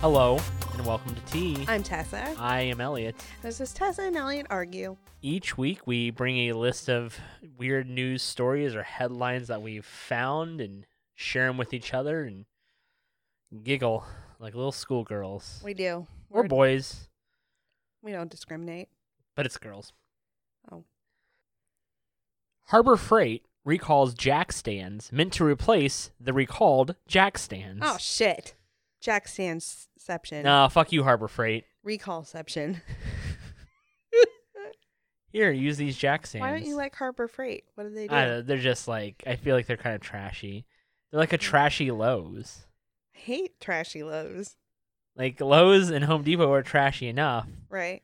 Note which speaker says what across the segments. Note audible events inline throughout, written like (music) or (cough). Speaker 1: Hello and welcome to Tea.
Speaker 2: I'm Tessa.
Speaker 1: I am Elliot.
Speaker 2: This is Tessa and Elliot argue.
Speaker 1: Each week we bring a list of weird news stories or headlines that we've found and share them with each other and giggle like little schoolgirls
Speaker 2: We do.
Speaker 1: or
Speaker 2: We're-
Speaker 1: boys,
Speaker 2: We don't discriminate.
Speaker 1: but it's girls.
Speaker 2: Oh.
Speaker 1: Harbor Freight recalls jack stands meant to replace the recalled jack stands.
Speaker 2: Oh shit. Jack Standsception.
Speaker 1: nah, fuck you, Harbor Freight.
Speaker 2: Recallception.
Speaker 1: Here, use these jack stands.
Speaker 2: (laughs) Why don't you like Harbor Freight? What do they do?
Speaker 1: I don't know, they're just like I feel like they're kind of trashy. They're
Speaker 2: Mm.
Speaker 1: like a trashy Lowe's.
Speaker 2: hate trashy lows.
Speaker 1: Like Lowe's and Home Depot are trashy enough.
Speaker 2: Right.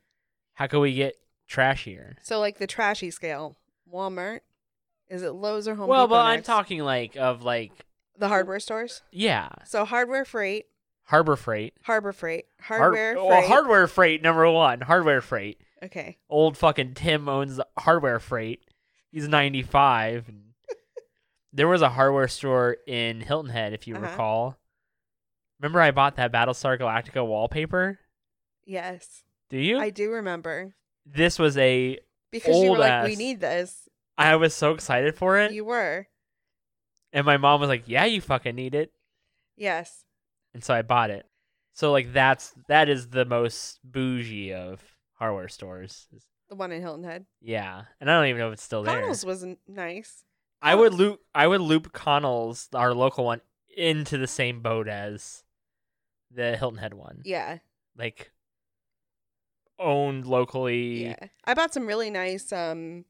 Speaker 1: How can we get trashier?
Speaker 2: So like the trashy scale. Walmart. Is it Lowe's or Home
Speaker 1: well,
Speaker 2: Depot?
Speaker 1: but I'm
Speaker 2: next?
Speaker 1: talking like of like
Speaker 2: the hardware stores.
Speaker 1: yeah,
Speaker 2: So hardware freight,
Speaker 1: Harbor Freight,
Speaker 2: harbor freight,
Speaker 1: Har-
Speaker 2: hardware
Speaker 1: oh,
Speaker 2: freight.
Speaker 1: Hardware Freight number one, Hardware Freight.
Speaker 2: okay.
Speaker 1: Old fucking Tim owns the Hardware Freight. He's 95.
Speaker 2: (laughs)
Speaker 1: and there was a hardware store in Hilton Head, if you
Speaker 2: Uh-huh.
Speaker 1: recall. Remember, I bought that Battlestar Galactica wallpaper.
Speaker 2: Yes.
Speaker 1: Do you?
Speaker 2: I do remember.
Speaker 1: this was a
Speaker 2: Because you were
Speaker 1: Old
Speaker 2: like,
Speaker 1: ass.
Speaker 2: we need this.
Speaker 1: I was so excited for it.
Speaker 2: You were.
Speaker 1: and my mom was like, "Yeah, you fucking need it."
Speaker 2: Yes.
Speaker 1: And so I bought it. So like that's that is the most bougie of hardware stores.
Speaker 2: The one in Hilton Head.
Speaker 1: Yeah. And I don't even know if it's still there.
Speaker 2: Connell's was n- nice.
Speaker 1: I would loop I would loop Connell's, our local one, into the same boat as the Hilton Head one.
Speaker 2: Yeah,
Speaker 1: Like owned locally.
Speaker 2: yeah. I bought some really nice um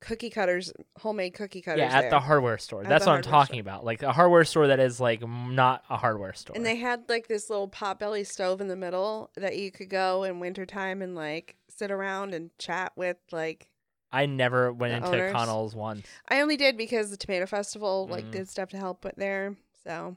Speaker 2: cookie cutters, homemade cookie cutters.
Speaker 1: Yeah, at
Speaker 2: there.
Speaker 1: the hardware store.
Speaker 2: At
Speaker 1: That's
Speaker 2: the
Speaker 1: what I'm
Speaker 2: hardware
Speaker 1: talking about. Like a hardware store that is like m- not a hardware store.
Speaker 2: and they had like this little potbelly stove in the middle that you could go in wintertime and like sit around and chat with. Like
Speaker 1: I never went
Speaker 2: The
Speaker 1: into
Speaker 2: owners.
Speaker 1: Connell's once.
Speaker 2: I only did because the tomato festival like
Speaker 1: Mm.
Speaker 2: did stuff to help with there, so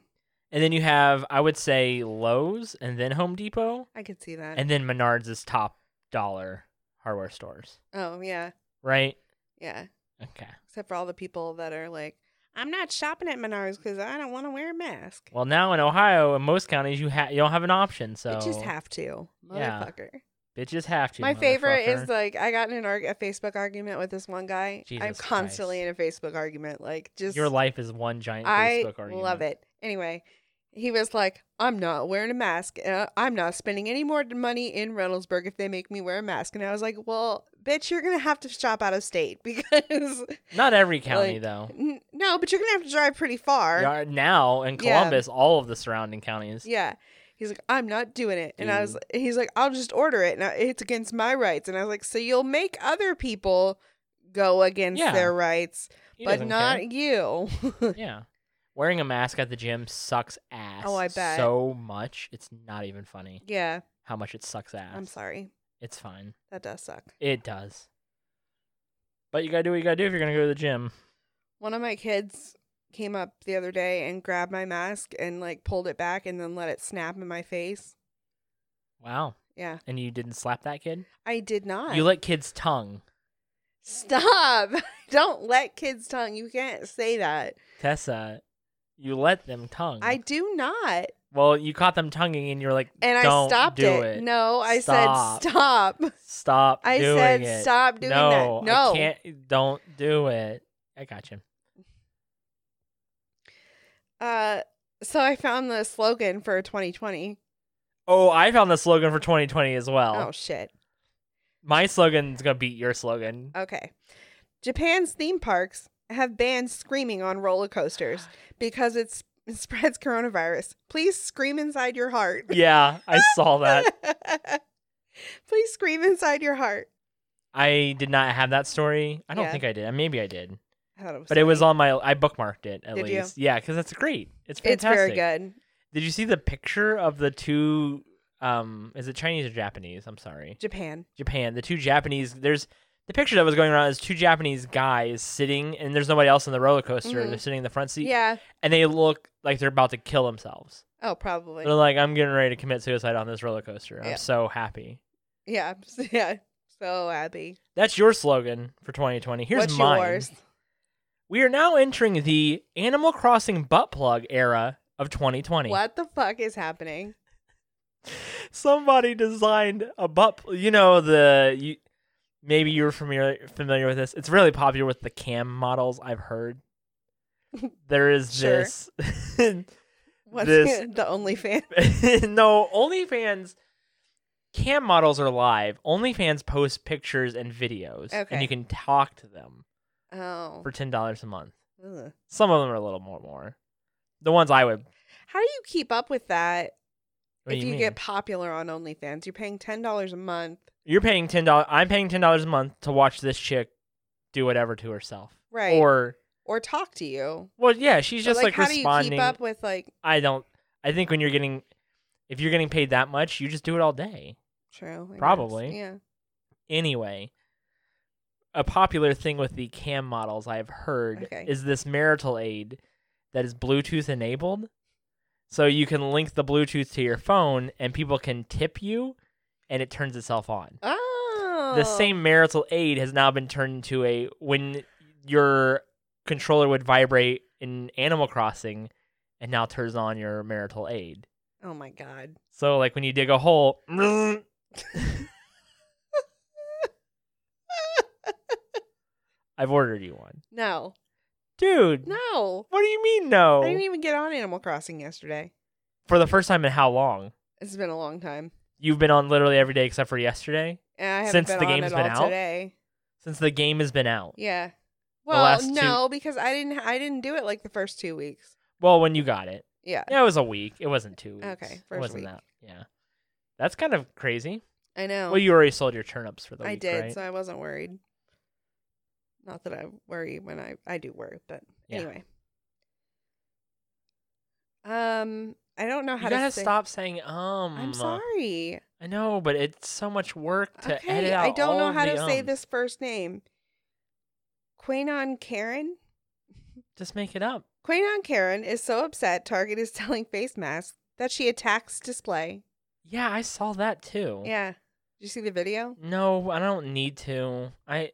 Speaker 1: And then you have, I would say, Lowe's and then Home Depot.
Speaker 2: I could see
Speaker 1: (laughs)
Speaker 2: that.
Speaker 1: And then Menards is top dollar hardware stores,
Speaker 2: oh yeah,
Speaker 1: right?
Speaker 2: yeah.
Speaker 1: Okay.
Speaker 2: Except for all the people that are like, I'm not shopping at Menards because I don't want to wear a mask.
Speaker 1: Well, now in Ohio, in most counties, you, ha- you don't have an option. So
Speaker 2: I just have to,
Speaker 1: Yeah.
Speaker 2: motherfucker.
Speaker 1: bitches have to.
Speaker 2: My favorite is
Speaker 1: motherfucker.
Speaker 2: like I got in an arg- a Facebook argument with this one guy. I'm
Speaker 1: Jesus
Speaker 2: constantly
Speaker 1: Christ.
Speaker 2: in a Facebook argument. Like just
Speaker 1: your life is one giant
Speaker 2: I
Speaker 1: Facebook argument.
Speaker 2: love it. Anyway, he was like, "I'm not wearing a mask. Uh, I'm not spending any more money in Reynoldsburg if they make me wear a mask." And I was like, "Well, bitch, you're gonna have to shop out of state (laughs)
Speaker 1: (laughs)
Speaker 2: because
Speaker 1: Not every county
Speaker 2: Like,
Speaker 1: though.
Speaker 2: n- no, but you're gonna have to drive pretty far."
Speaker 1: There are- Now in
Speaker 2: Yeah.
Speaker 1: Columbus, all of the surrounding counties.
Speaker 2: Yeah. He's like, I'm not doing it. And I was,
Speaker 1: Dude.
Speaker 2: he's like, I'll just order it. And I, it's against my rights. And I was like, so you'll make other people go against
Speaker 1: Yeah.
Speaker 2: their rights,
Speaker 1: He
Speaker 2: but
Speaker 1: doesn't
Speaker 2: not
Speaker 1: care.
Speaker 2: you. (laughs)
Speaker 1: Yeah. Wearing a mask at the gym sucks ass.
Speaker 2: Oh, I bet.
Speaker 1: so much. It's not even funny
Speaker 2: yeah.
Speaker 1: how much it sucks ass.
Speaker 2: I'm sorry.
Speaker 1: It's fine.
Speaker 2: That does suck.
Speaker 1: It does. But you gotta do what you gotta do if you're gonna go to the gym.
Speaker 2: One of my kids came up the other day and grabbed my mask and like pulled it back and then let it snap in my face.
Speaker 1: Wow.
Speaker 2: Yeah.
Speaker 1: And you didn't slap that kid?
Speaker 2: I did not.
Speaker 1: You let kids tongue.
Speaker 2: (laughs) Stop. (laughs) Don't let kids tongue. You can't say that.
Speaker 1: Tessa, you let them tongue.
Speaker 2: I do not.
Speaker 1: Well, you caught them tonguing and you're like,
Speaker 2: And
Speaker 1: Don't
Speaker 2: I stopped
Speaker 1: do
Speaker 2: it.
Speaker 1: it.
Speaker 2: No, I
Speaker 1: Stop.
Speaker 2: said stop.
Speaker 1: stop
Speaker 2: I
Speaker 1: doing
Speaker 2: said
Speaker 1: it.
Speaker 2: stop doing
Speaker 1: no,
Speaker 2: that. No.
Speaker 1: I can't don't do it. I got you.
Speaker 2: Uh so I found the slogan for 2020.
Speaker 1: Oh, I found the slogan for 2020 as well.
Speaker 2: Oh shit.
Speaker 1: My slogan's gonna beat your slogan.
Speaker 2: Okay. Japan's theme parks have banned screaming on
Speaker 1: (sighs)
Speaker 2: roller coasters because it's, it spreads coronavirus. Please scream inside your heart.
Speaker 1: yeah, I saw
Speaker 2: (laughs)
Speaker 1: that.
Speaker 2: Please scream inside your heart.
Speaker 1: I did not have that story. I don't
Speaker 2: Yeah.
Speaker 1: think I did. Maybe I did.
Speaker 2: I thought it was
Speaker 1: But it was
Speaker 2: funny.
Speaker 1: on my. I bookmarked it at
Speaker 2: Did you?
Speaker 1: least. Yeah, because that's great. It's
Speaker 2: It's
Speaker 1: fantastic.
Speaker 2: very good.
Speaker 1: Did you see the picture of the two? Um, is it Chinese or Japanese? I'm sorry,
Speaker 2: Japan.
Speaker 1: Japan. The two Japanese. There's the picture that was going around is two Japanese guys sitting, and there's nobody else on the roller coaster.
Speaker 2: Mhm.
Speaker 1: They're sitting in the front seat,
Speaker 2: Yeah.
Speaker 1: and they look like they're about to kill themselves.
Speaker 2: Oh, probably.
Speaker 1: They're like, "I'm getting ready to commit suicide on this roller coaster. I'm
Speaker 2: Yeah.
Speaker 1: so happy."
Speaker 2: Yeah. (laughs) Yeah. So happy.
Speaker 1: That's your slogan for 2020. Here's
Speaker 2: What's
Speaker 1: mine.
Speaker 2: yours?
Speaker 1: We are now entering the Animal Crossing butt plug era of 2020.
Speaker 2: What the fuck is happening?
Speaker 1: Somebody designed a butt. pl- You know the you. Maybe you were familiar familiar with this. It's really popular with the cam models. I've
Speaker 2: (laughs)
Speaker 1: heard. There is
Speaker 2: Sure.
Speaker 1: this. (laughs)
Speaker 2: What's
Speaker 1: This-
Speaker 2: (laughs) the OnlyFans?
Speaker 1: no, OnlyFans cam models are live. OnlyFans post pictures and videos, and
Speaker 2: Okay.
Speaker 1: you can talk to them
Speaker 2: Oh.
Speaker 1: for ten dollars a month.
Speaker 2: Ugh.
Speaker 1: Some of them are a little more more. The ones I would.
Speaker 2: How do you keep up with that
Speaker 1: What do
Speaker 2: if
Speaker 1: you,
Speaker 2: you,
Speaker 1: mean?
Speaker 2: get popular on OnlyFans? You're paying ten dollars a month.
Speaker 1: You're paying ten dollars. I'm paying ten dollars a month to watch this chick do whatever to herself.
Speaker 2: Right.
Speaker 1: Or
Speaker 2: Or talk to you.
Speaker 1: well, yeah, she's
Speaker 2: But,
Speaker 1: just like,
Speaker 2: how
Speaker 1: responding.
Speaker 2: do you keep up with like
Speaker 1: I don't. I think when you're getting, if you're getting paid that much, you just do it all day.
Speaker 2: true? I guess.
Speaker 1: Probably.
Speaker 2: Yeah.
Speaker 1: anyway, a popular thing with the cam models I've heard
Speaker 2: Okay.
Speaker 1: is this marital aid that is Bluetooth enabled. So you can link the Bluetooth to your phone and people can tip you and it turns itself on.
Speaker 2: Oh.
Speaker 1: The same marital aid has now been turned into a when your controller would vibrate in Animal Crossing and now turns on your marital aid.
Speaker 2: Oh my god.
Speaker 1: So like when you dig a hole, (laughs) I've ordered you one.
Speaker 2: No.
Speaker 1: Dude,
Speaker 2: No.
Speaker 1: what do you mean no?
Speaker 2: I didn't even get on Animal Crossing yesterday.
Speaker 1: For the first time in how long?
Speaker 2: It's been a long time.
Speaker 1: You've been on literally every day except for yesterday?
Speaker 2: And I haven't
Speaker 1: Since
Speaker 2: been
Speaker 1: the
Speaker 2: on
Speaker 1: game's
Speaker 2: at
Speaker 1: been
Speaker 2: all
Speaker 1: out?
Speaker 2: today.
Speaker 1: Since the game has been out.
Speaker 2: Yeah.
Speaker 1: The
Speaker 2: Well,
Speaker 1: last two-
Speaker 2: no, because I didn't I didn't do it like the first two weeks.
Speaker 1: Well, when you got it.
Speaker 2: Yeah.
Speaker 1: (laughs) Yeah, it was a week. It wasn't two weeks.
Speaker 2: Okay,
Speaker 1: it
Speaker 2: first
Speaker 1: wasn't
Speaker 2: week.
Speaker 1: that. Yeah. That's kind of crazy.
Speaker 2: I know.
Speaker 1: Well, you already sold your turnips for the
Speaker 2: I
Speaker 1: week,
Speaker 2: did,
Speaker 1: right?
Speaker 2: so I wasn't worried. Not that I worry when I I do worry, but
Speaker 1: Yeah.
Speaker 2: anyway. Um, I don't know how
Speaker 1: you
Speaker 2: to
Speaker 1: gotta
Speaker 2: say-
Speaker 1: stop saying um.
Speaker 2: I'm sorry.
Speaker 1: I know, but it's so much work to
Speaker 2: okay,
Speaker 1: edit out.
Speaker 2: I don't
Speaker 1: all
Speaker 2: know
Speaker 1: of
Speaker 2: how
Speaker 1: the um,
Speaker 2: to say
Speaker 1: ums.
Speaker 2: this first name. Quanon Karen.
Speaker 1: Just make it up.
Speaker 2: Quanon Karen is so upset Target is (laughs) selling face masks that she attacks display.
Speaker 1: Yeah, I saw that too.
Speaker 2: Yeah. Did you see the video?
Speaker 1: No, I don't need to. I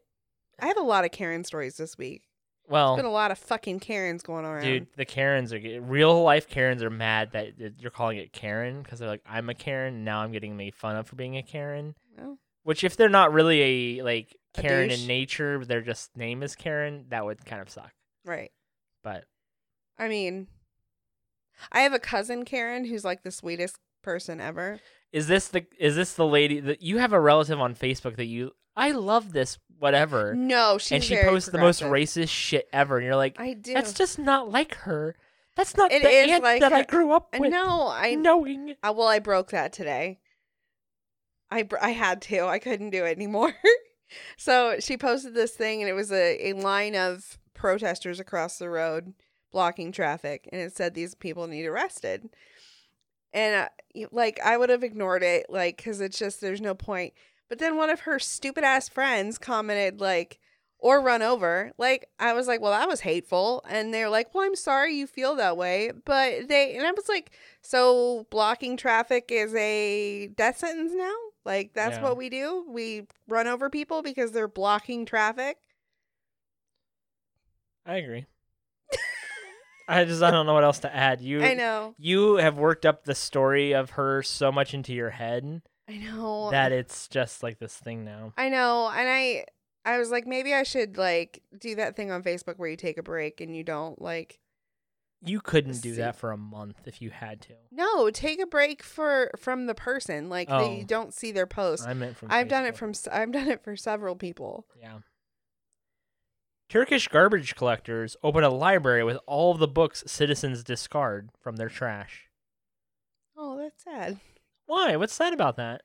Speaker 2: I have a lot of Karen stories this week.
Speaker 1: well,
Speaker 2: There's been a lot of fucking Karens going around.
Speaker 1: Oh. Dude, the Karens are get- real life Karens are mad that that you're calling it Karen because they're like, I'm a Karen, and now I'm getting made fun of for being a Karen.
Speaker 2: Well,
Speaker 1: Which, if they're not really a like
Speaker 2: A
Speaker 1: Karen
Speaker 2: douche.
Speaker 1: in nature, their just name is Karen, that would kind of suck.
Speaker 2: right.
Speaker 1: But
Speaker 2: I mean, I have a cousin Karen who's like the sweetest person ever.
Speaker 1: is this the is this the lady that you have a relative on Facebook that you I love this whatever,
Speaker 2: No, she's
Speaker 1: and she
Speaker 2: very
Speaker 1: posts the most
Speaker 2: progressive.
Speaker 1: racist shit ever, and you're like,
Speaker 2: I do.
Speaker 1: that's just not like her. That's not
Speaker 2: It
Speaker 1: the
Speaker 2: is
Speaker 1: aunt
Speaker 2: like
Speaker 1: that I
Speaker 2: her.
Speaker 1: grew up
Speaker 2: I
Speaker 1: with.
Speaker 2: know. I know.
Speaker 1: knowing.
Speaker 2: Well, I broke that today. I br- I had to. I couldn't do it anymore. (laughs) so she posted this thing, and it was a, a line of protesters across the road blocking traffic, and it said these people need arrested. And uh, you- like I would have ignored it, like because it's just there's no point. But then one of her stupid ass friends commented like, or run over. Like I was like, well, that was hateful. And they're like, well, I'm sorry you feel that way, but they and I was like, so blocking traffic is a death sentence now? Like that's
Speaker 1: Yeah.
Speaker 2: what we do? We run over people because they're blocking traffic?
Speaker 1: I
Speaker 2: (laughs)
Speaker 1: agree. I just I don't know what else to add. You
Speaker 2: I know.
Speaker 1: you have worked up the story of her so much into your head
Speaker 2: I know.
Speaker 1: that it's just like this thing now.
Speaker 2: I know, and I I was like maybe I should like do that thing on Facebook where you take a break and you don't like
Speaker 1: You couldn't do
Speaker 2: See.
Speaker 1: that for a month if you had to.
Speaker 2: no, take a break for from the person like that
Speaker 1: Oh.
Speaker 2: you don't see their posts.
Speaker 1: I meant from
Speaker 2: I've done it
Speaker 1: Facebook.
Speaker 2: from s- I've done it for several people.
Speaker 1: yeah. Turkish garbage collectors open a library with all of the books citizens discard from their trash.
Speaker 2: Oh, that's sad.
Speaker 1: Why? What's sad about that?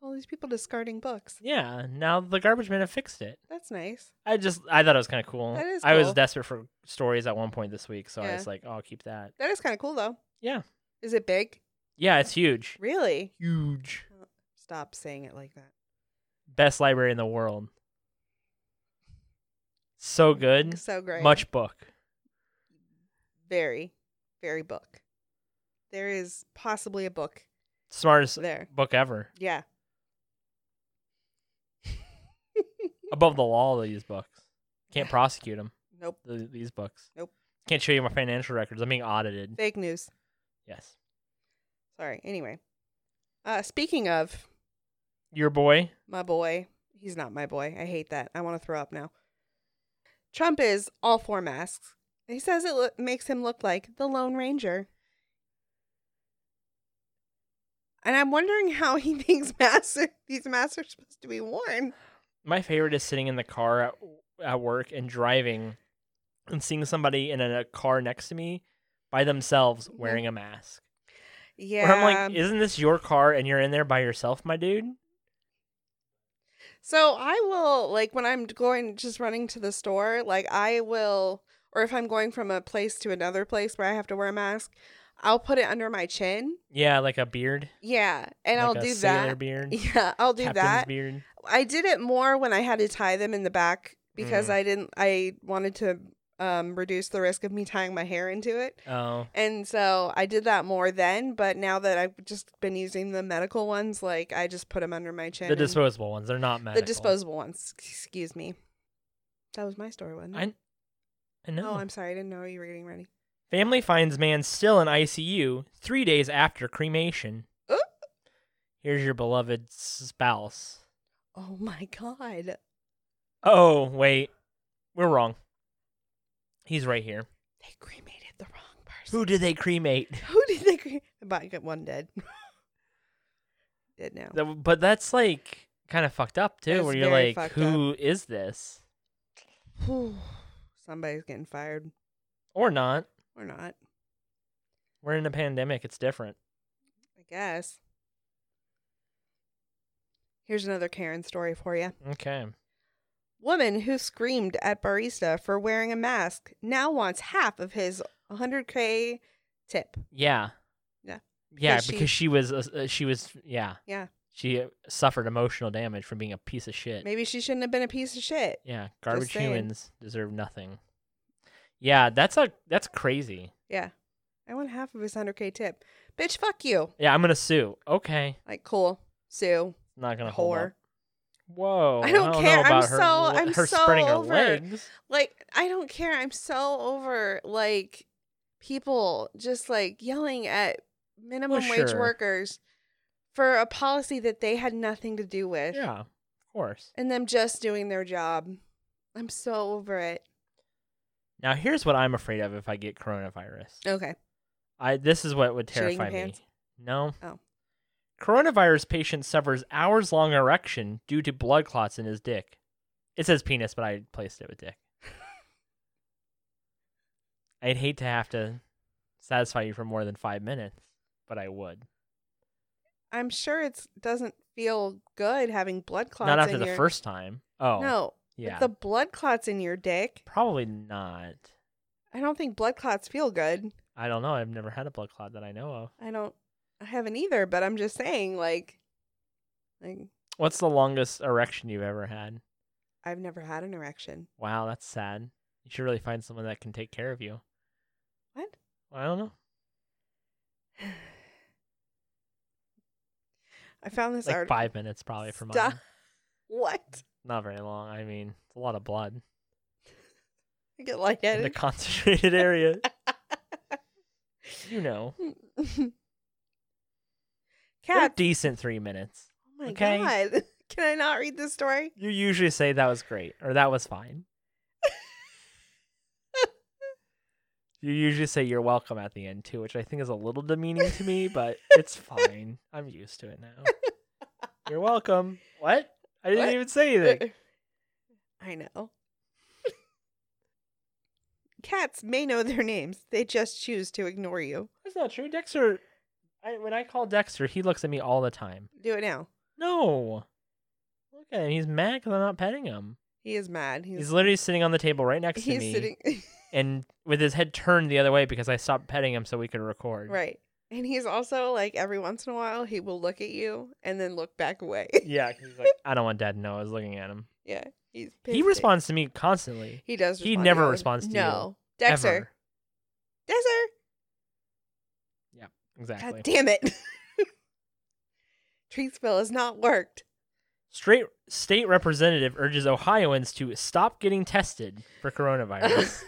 Speaker 2: All these people discarding books.
Speaker 1: Yeah, now the garbage men have fixed it.
Speaker 2: That's nice.
Speaker 1: I just I thought it was kind of cool.
Speaker 2: That is
Speaker 1: I was
Speaker 2: cool.
Speaker 1: desperate for stories at one point this week, so I
Speaker 2: Yeah.
Speaker 1: was like, oh, I'll keep that.
Speaker 2: That is kind of cool though.
Speaker 1: Yeah.
Speaker 2: Is it big?
Speaker 1: Yeah, it's huge.
Speaker 2: Really?
Speaker 1: Huge.
Speaker 2: Stop saying it like that.
Speaker 1: Best library in the world. So good.
Speaker 2: So great.
Speaker 1: Much book.
Speaker 2: very very book. There is possibly a book
Speaker 1: Smartest
Speaker 2: there.
Speaker 1: book ever.
Speaker 2: Yeah.
Speaker 1: Above the law, these books. Can't prosecute them,
Speaker 2: Nope.
Speaker 1: these books.
Speaker 2: Nope.
Speaker 1: Can't show you my financial records. I'm being audited.
Speaker 2: Fake news.
Speaker 1: Yes.
Speaker 2: Sorry. Anyway, Uh, speaking of
Speaker 3: Your boy.
Speaker 2: my boy, he's not my boy. I hate that. I want to throw up now. Trump is all for masks. He says it lo- makes him look like the Lone Ranger. And I'm wondering (laughs) how he thinks masks are, these masks are supposed to be worn.
Speaker 1: My favorite is sitting in the car at, at work and driving and seeing somebody in a car next to me by themselves
Speaker 2: Mm-hmm.
Speaker 1: wearing a mask.
Speaker 2: Yeah.
Speaker 1: Where I'm like, isn't this your car and you're in there by yourself, my dude?
Speaker 2: So I will like when I'm going just running to the store, like I will or if I'm going from a place to another place where I have to wear a mask, I'll put it under my chin.
Speaker 1: Yeah, like a beard.
Speaker 2: Yeah, and
Speaker 1: like
Speaker 2: I'll
Speaker 1: a
Speaker 2: do
Speaker 1: sailor
Speaker 2: that. (laughs)
Speaker 1: beard.
Speaker 2: Yeah, I'll do
Speaker 1: captain's
Speaker 2: that.
Speaker 1: beard.
Speaker 2: I did it more when I had to tie them in the back because
Speaker 1: Mm.
Speaker 2: I didn't I wanted to um reduce the risk of me tying my hair into it.
Speaker 1: Oh.
Speaker 2: And so I did that more then, but now that I've just been using the medical ones, like I just put them under my chin.
Speaker 1: The
Speaker 2: and-
Speaker 1: disposable ones. They're not medical.
Speaker 2: the disposable ones. Excuse me. That was my story, wasn't it?
Speaker 1: I, I know.
Speaker 2: Oh, I'm sorry. I didn't know you were getting ready.
Speaker 1: Family finds man still in ICU three days after cremation.
Speaker 2: Ooh.
Speaker 1: Here's your beloved spouse.
Speaker 2: Oh my god.
Speaker 1: Oh, wait. We're wrong. He's right here.
Speaker 2: They cremated the wrong person.
Speaker 1: Who did they cremate? (laughs)
Speaker 2: Who did they cremate? But got one dead. (laughs) dead now.
Speaker 1: That- But that's like kind of fucked up too,
Speaker 2: It's
Speaker 1: where you're
Speaker 2: very
Speaker 1: like,
Speaker 2: fucked
Speaker 1: who is this?
Speaker 2: Whew. Somebody's getting fired
Speaker 1: Or not.
Speaker 2: or not.
Speaker 1: We're in a pandemic. It's different.
Speaker 2: I guess. Here's another Karen story for you.
Speaker 1: Okay.
Speaker 2: Woman who screamed at barista for wearing a mask now wants half of his 100k tip.
Speaker 1: Yeah.
Speaker 2: Yeah.
Speaker 1: Yeah,
Speaker 2: Because she-
Speaker 1: because she was, uh, uh, she was, yeah.
Speaker 2: Yeah.
Speaker 1: She uh, suffered emotional damage from being a piece of shit.
Speaker 2: Maybe she shouldn't have been a piece of shit.
Speaker 1: Yeah, garbage
Speaker 2: saying.
Speaker 1: humans deserve nothing. Yeah, that's a that's crazy.
Speaker 2: Yeah. I want half of his 100K tip. Bitch, fuck you.
Speaker 1: Yeah, I'm gonna sue. Okay,
Speaker 2: Like, cool. Sue.
Speaker 1: not gonna hold
Speaker 2: Whore.
Speaker 1: up. Whoa,
Speaker 2: I don't care.
Speaker 1: Know
Speaker 2: I'm
Speaker 1: about her,
Speaker 2: so-
Speaker 1: le-
Speaker 2: I'm
Speaker 1: her
Speaker 2: so
Speaker 1: spreading
Speaker 2: over
Speaker 1: her legs.
Speaker 2: Like, I don't care. I'm so over, like, people just, like, yelling at minimum wage
Speaker 1: Oh, sure.
Speaker 2: workers for a policy that they had nothing to do with
Speaker 1: Yeah, of course.
Speaker 2: and them just doing their job. I'm so over it.
Speaker 1: Now here's what I'm afraid of if I get coronavirus.
Speaker 2: Okay.
Speaker 1: I this is what would
Speaker 2: Shitting your
Speaker 1: terrify me.
Speaker 2: pants?
Speaker 1: No.
Speaker 2: Oh.
Speaker 1: Coronavirus patient suffers hours long erection due to blood clots in his dick. It says penis, but I placed it with
Speaker 2: (laughs)
Speaker 1: dick. I'd hate to have to satisfy you for more than five minutes, but I would.
Speaker 2: I'm sure it doesn't feel good having blood clots
Speaker 1: not after
Speaker 2: in
Speaker 1: the
Speaker 2: your...
Speaker 1: first time. Oh.
Speaker 2: No. but
Speaker 1: Yeah.
Speaker 2: The blood clots in your dick.
Speaker 1: Probably not.
Speaker 2: I don't think blood clots feel good.
Speaker 1: I don't know. I've never had a blood clot that I know of.
Speaker 2: I don't I haven't either, but I'm just saying like like
Speaker 1: What's the longest erection you've ever had?
Speaker 2: I've never had an erection.
Speaker 1: Wow, that's sad. You should really find someone that can take care of you.
Speaker 2: What?
Speaker 1: I don't know.
Speaker 2: I found this
Speaker 1: like
Speaker 2: art-
Speaker 1: five minutes probably for
Speaker 2: Stop.
Speaker 1: mine.
Speaker 2: What? (laughs)
Speaker 1: Not very long. I mean, it's a lot of blood
Speaker 2: I get
Speaker 1: in a
Speaker 2: lightheaded.
Speaker 1: concentrated (laughs) area.
Speaker 2: (laughs)
Speaker 1: you know, They're
Speaker 2: Cat.
Speaker 1: decent three minutes.
Speaker 2: Oh my
Speaker 1: okay.
Speaker 2: god. (laughs) Can I not read this story?
Speaker 1: You usually say that was great or that was
Speaker 2: (laughs)
Speaker 1: fine. you usually say you're welcome at the end too, which I think is a little demeaning to me,
Speaker 2: (laughs)
Speaker 1: but it's fine. I'm used to it now. You're welcome. What? I didn't
Speaker 2: What?
Speaker 1: even say
Speaker 2: (laughs)
Speaker 1: anything.
Speaker 2: I know. (laughs) Cats may know their names. They just choose to ignore you.
Speaker 1: That's not true. Dexter, I, when I call Dexter, he looks at me all the time.
Speaker 2: Do it now.
Speaker 1: No. Look at him. He's mad because I'm not petting him.
Speaker 2: He is mad.
Speaker 1: He's,
Speaker 2: He's
Speaker 1: literally sitting on the table right next to
Speaker 2: he's
Speaker 1: me
Speaker 2: sitting (laughs)
Speaker 1: and with his head turned the other way because I stopped petting him so we could record.
Speaker 2: Right. And he's also like every once in a while he will look at you and then look back away.
Speaker 1: Yeah. 'cause He's like, I don't want dad to know I was looking at him.
Speaker 2: (laughs) yeah. He's
Speaker 1: he
Speaker 2: pissed at-
Speaker 1: responds to me constantly.
Speaker 2: He does
Speaker 1: he
Speaker 2: respond
Speaker 1: never
Speaker 2: you.
Speaker 1: responds to you,
Speaker 2: No. Dexter.
Speaker 1: Ever.
Speaker 2: Dexter.
Speaker 1: Exactly.
Speaker 2: God damn it. (laughs) Treesville has not worked.
Speaker 1: Straight state representative urges Ohioans to stop
Speaker 2: (laughs)
Speaker 1: getting tested for coronavirus.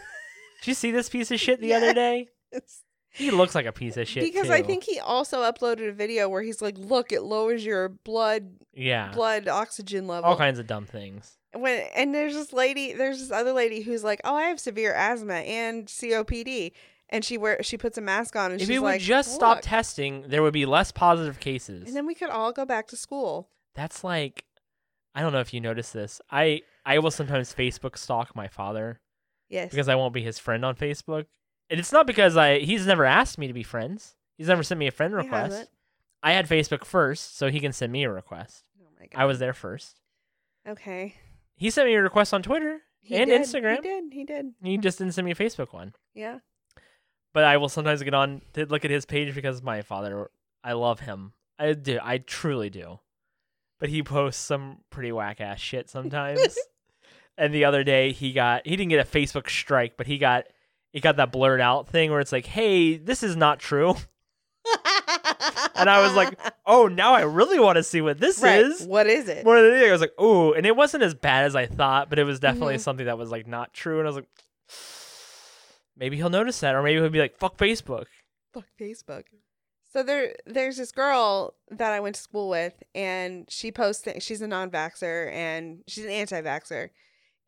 Speaker 1: Did you see this piece of shit the
Speaker 2: Yeah.
Speaker 1: other day?
Speaker 2: It's-
Speaker 1: He looks like a piece of shit.
Speaker 2: because I
Speaker 1: too.
Speaker 2: think he also uploaded a video where he's like, "Look, it lowers your blood
Speaker 1: yeah,
Speaker 2: blood oxygen level."
Speaker 1: all kinds of dumb things.
Speaker 2: when and there's this lady there's this other lady who's like oh i have severe asthma and copd and she wear she puts a mask on and
Speaker 1: If
Speaker 2: she's
Speaker 1: we would
Speaker 2: like
Speaker 1: just stop
Speaker 2: "Look."
Speaker 1: testing, there would be less positive cases.
Speaker 2: and then we could all go back to school
Speaker 1: that's like I don't know if you notice this. I I will sometimes Facebook stalk my father
Speaker 2: yes
Speaker 1: because I won't be his friend on Facebook. And it's not because I he's never asked me to be friends. He's never sent me a friend
Speaker 2: He
Speaker 1: request.
Speaker 2: hasn't.
Speaker 1: I had Facebook first, so he can send me a request.
Speaker 2: oh my god
Speaker 1: I was there first.
Speaker 2: okay
Speaker 1: He sent me a request on Twitter
Speaker 2: He
Speaker 1: and
Speaker 2: did.
Speaker 1: Instagram.
Speaker 2: he did he did
Speaker 1: He just didn't send me a Facebook one.
Speaker 2: yeah
Speaker 1: But I will sometimes get on to look at his page because my father I love him. I do I truly do. But he posts some pretty whack ass shit
Speaker 2: (laughs)
Speaker 1: sometimes. and the other day he got he didn't get a Facebook strike, but he got he got that blurred out thing where it's like, "Hey, this is not true." And I was like, "Oh, now I really want to see what this
Speaker 2: (laughs) right
Speaker 1: is."
Speaker 2: what is it
Speaker 1: More than anything, I was like, "Ooh," and it wasn't as bad as I thought, but it was definitely
Speaker 2: Mhm.
Speaker 1: something that was like not true. And I was like, "Maybe he'll notice that, or maybe he'll be like, fuck Facebook."
Speaker 2: fuck facebook so there there's this girl that i went to school with and she posts thi- she's a non-vaxxer and she's an anti-vaxxer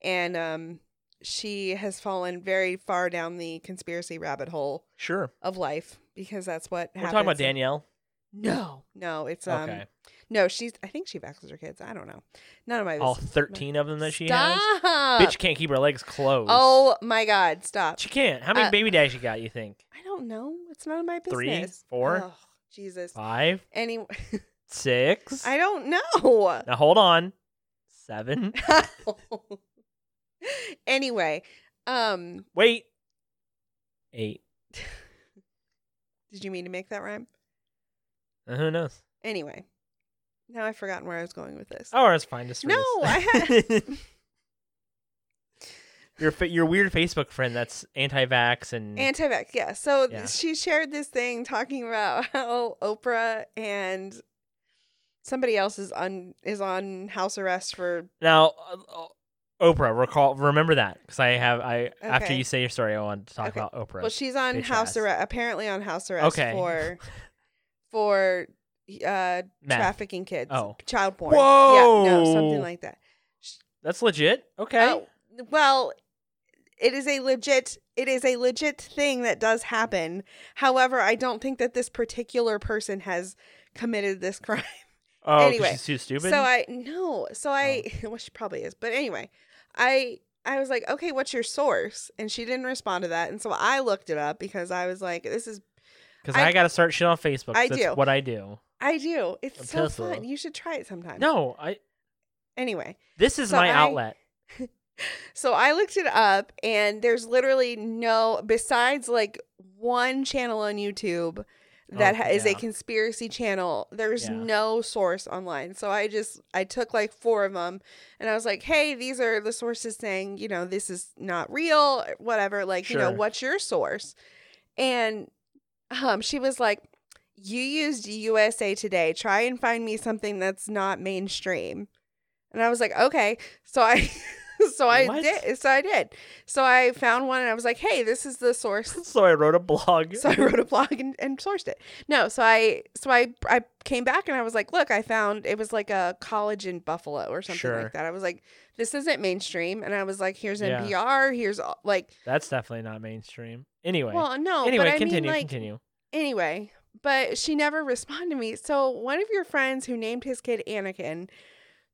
Speaker 2: and um she has fallen very far down the conspiracy rabbit hole
Speaker 1: Sure.
Speaker 2: of life because that's what
Speaker 1: We're
Speaker 2: happens.
Speaker 1: talking about Danielle.
Speaker 2: No, no, it's um,
Speaker 1: okay.
Speaker 2: no, she's. I think she vaxxes her kids. I don't know. None of my
Speaker 1: All 13 of them that she has.
Speaker 2: Stop!
Speaker 1: Bitch can't keep her legs closed.
Speaker 2: Oh my God! Stop!
Speaker 1: She can't. How many
Speaker 2: Uh,
Speaker 1: baby daddies you got, you think?
Speaker 2: I don't know. It's none of my
Speaker 1: Three?
Speaker 2: business.
Speaker 1: Four?
Speaker 2: Ugh, Jesus.
Speaker 1: Five?
Speaker 2: Any?
Speaker 1: Six?
Speaker 2: I don't know.
Speaker 1: (laughs) Now hold on.
Speaker 2: (laughs)
Speaker 1: Seven?
Speaker 2: anyway, um,
Speaker 1: Wait. Eight.
Speaker 2: did you mean to make that rhyme?
Speaker 1: Uh, who knows?
Speaker 2: Anyway, now I've forgotten where I was going with this.
Speaker 1: Oh, it's fine. Just read
Speaker 2: No, I
Speaker 1: this. (laughs) your, fa- your weird Facebook friend that's anti vax and.
Speaker 2: Anti-vax, yeah. So th-
Speaker 1: Mm. Yeah.
Speaker 2: she shared this thing talking about (laughs) how Oprah and somebody else is on is on house arrest for
Speaker 1: now, uh, Oprah, recall, remember that. Because I have, I, after
Speaker 2: Okay.
Speaker 1: you say your story, I want to talk
Speaker 2: Okay.
Speaker 1: about Oprah.
Speaker 2: well, she's on
Speaker 1: bitch
Speaker 2: house
Speaker 1: ass.
Speaker 2: arrest apparently on house arrest
Speaker 1: Okay. (laughs)
Speaker 2: for for uh
Speaker 1: Meth.
Speaker 2: trafficking kids,
Speaker 1: Oh.
Speaker 2: child porn, yeah, no,
Speaker 1: Whoa.
Speaker 2: something like that.
Speaker 1: That's legit. Okay.
Speaker 2: Uh, well, it is a legit it is a legit thing that does happen. However, I don't think that this particular person has committed this crime. (laughs)
Speaker 1: Oh, 'cause
Speaker 2: Anyway,
Speaker 1: she's too stupid.
Speaker 2: So I no. So I
Speaker 1: Oh.
Speaker 2: (laughs) well she probably is. But anyway, I I was like, "Okay, what's your source?" And she didn't respond to that. And so I looked it up because I was like, this is
Speaker 1: because I,
Speaker 2: I-
Speaker 1: gotta start shit on Facebook. 'cause
Speaker 2: I
Speaker 1: that's
Speaker 2: do.
Speaker 1: what I do.
Speaker 2: I do. It's
Speaker 1: I'm
Speaker 2: so
Speaker 1: pissed off.
Speaker 2: fun. You should try it sometime.
Speaker 1: No, I.
Speaker 2: Anyway,
Speaker 1: This is
Speaker 2: So
Speaker 1: my
Speaker 2: I-
Speaker 1: outlet.
Speaker 2: So I looked it up, and there's literally no, besides like one channel on YouTube that
Speaker 1: Oh,
Speaker 2: ha- is a
Speaker 1: yeah.
Speaker 2: conspiracy channel, there's
Speaker 1: Yeah.
Speaker 2: no source online. So I just, I took like four of them and I was like, hey, these are the sources saying, you know, this is not real, whatever. Like, you know,
Speaker 1: Sure.
Speaker 2: what's your source? And um, she was like, you used USA Today. Try and find me something that's not mainstream. And I was like, okay. So I, (laughs) so I
Speaker 1: What?
Speaker 2: did. So I did. So I found one and I was like, hey, this is the source.
Speaker 1: (laughs) So I wrote a blog.
Speaker 2: (laughs) So I wrote a blog and, and sourced it. No, so I, so I, I came back and I was like, look, I found it was like a college in Buffalo or something
Speaker 1: Sure.
Speaker 2: like that. I was like, this isn't mainstream. And I was like, here's
Speaker 1: Yeah.
Speaker 2: NPR. Here's all, like,
Speaker 1: (laughs) That's definitely not mainstream. Anyway.
Speaker 2: well, no.
Speaker 1: anyway,
Speaker 2: but I
Speaker 1: continue.
Speaker 2: mean, like,
Speaker 1: continue.
Speaker 2: Anyway, but she never responded to me. So one of your friends who named his kid Anakin.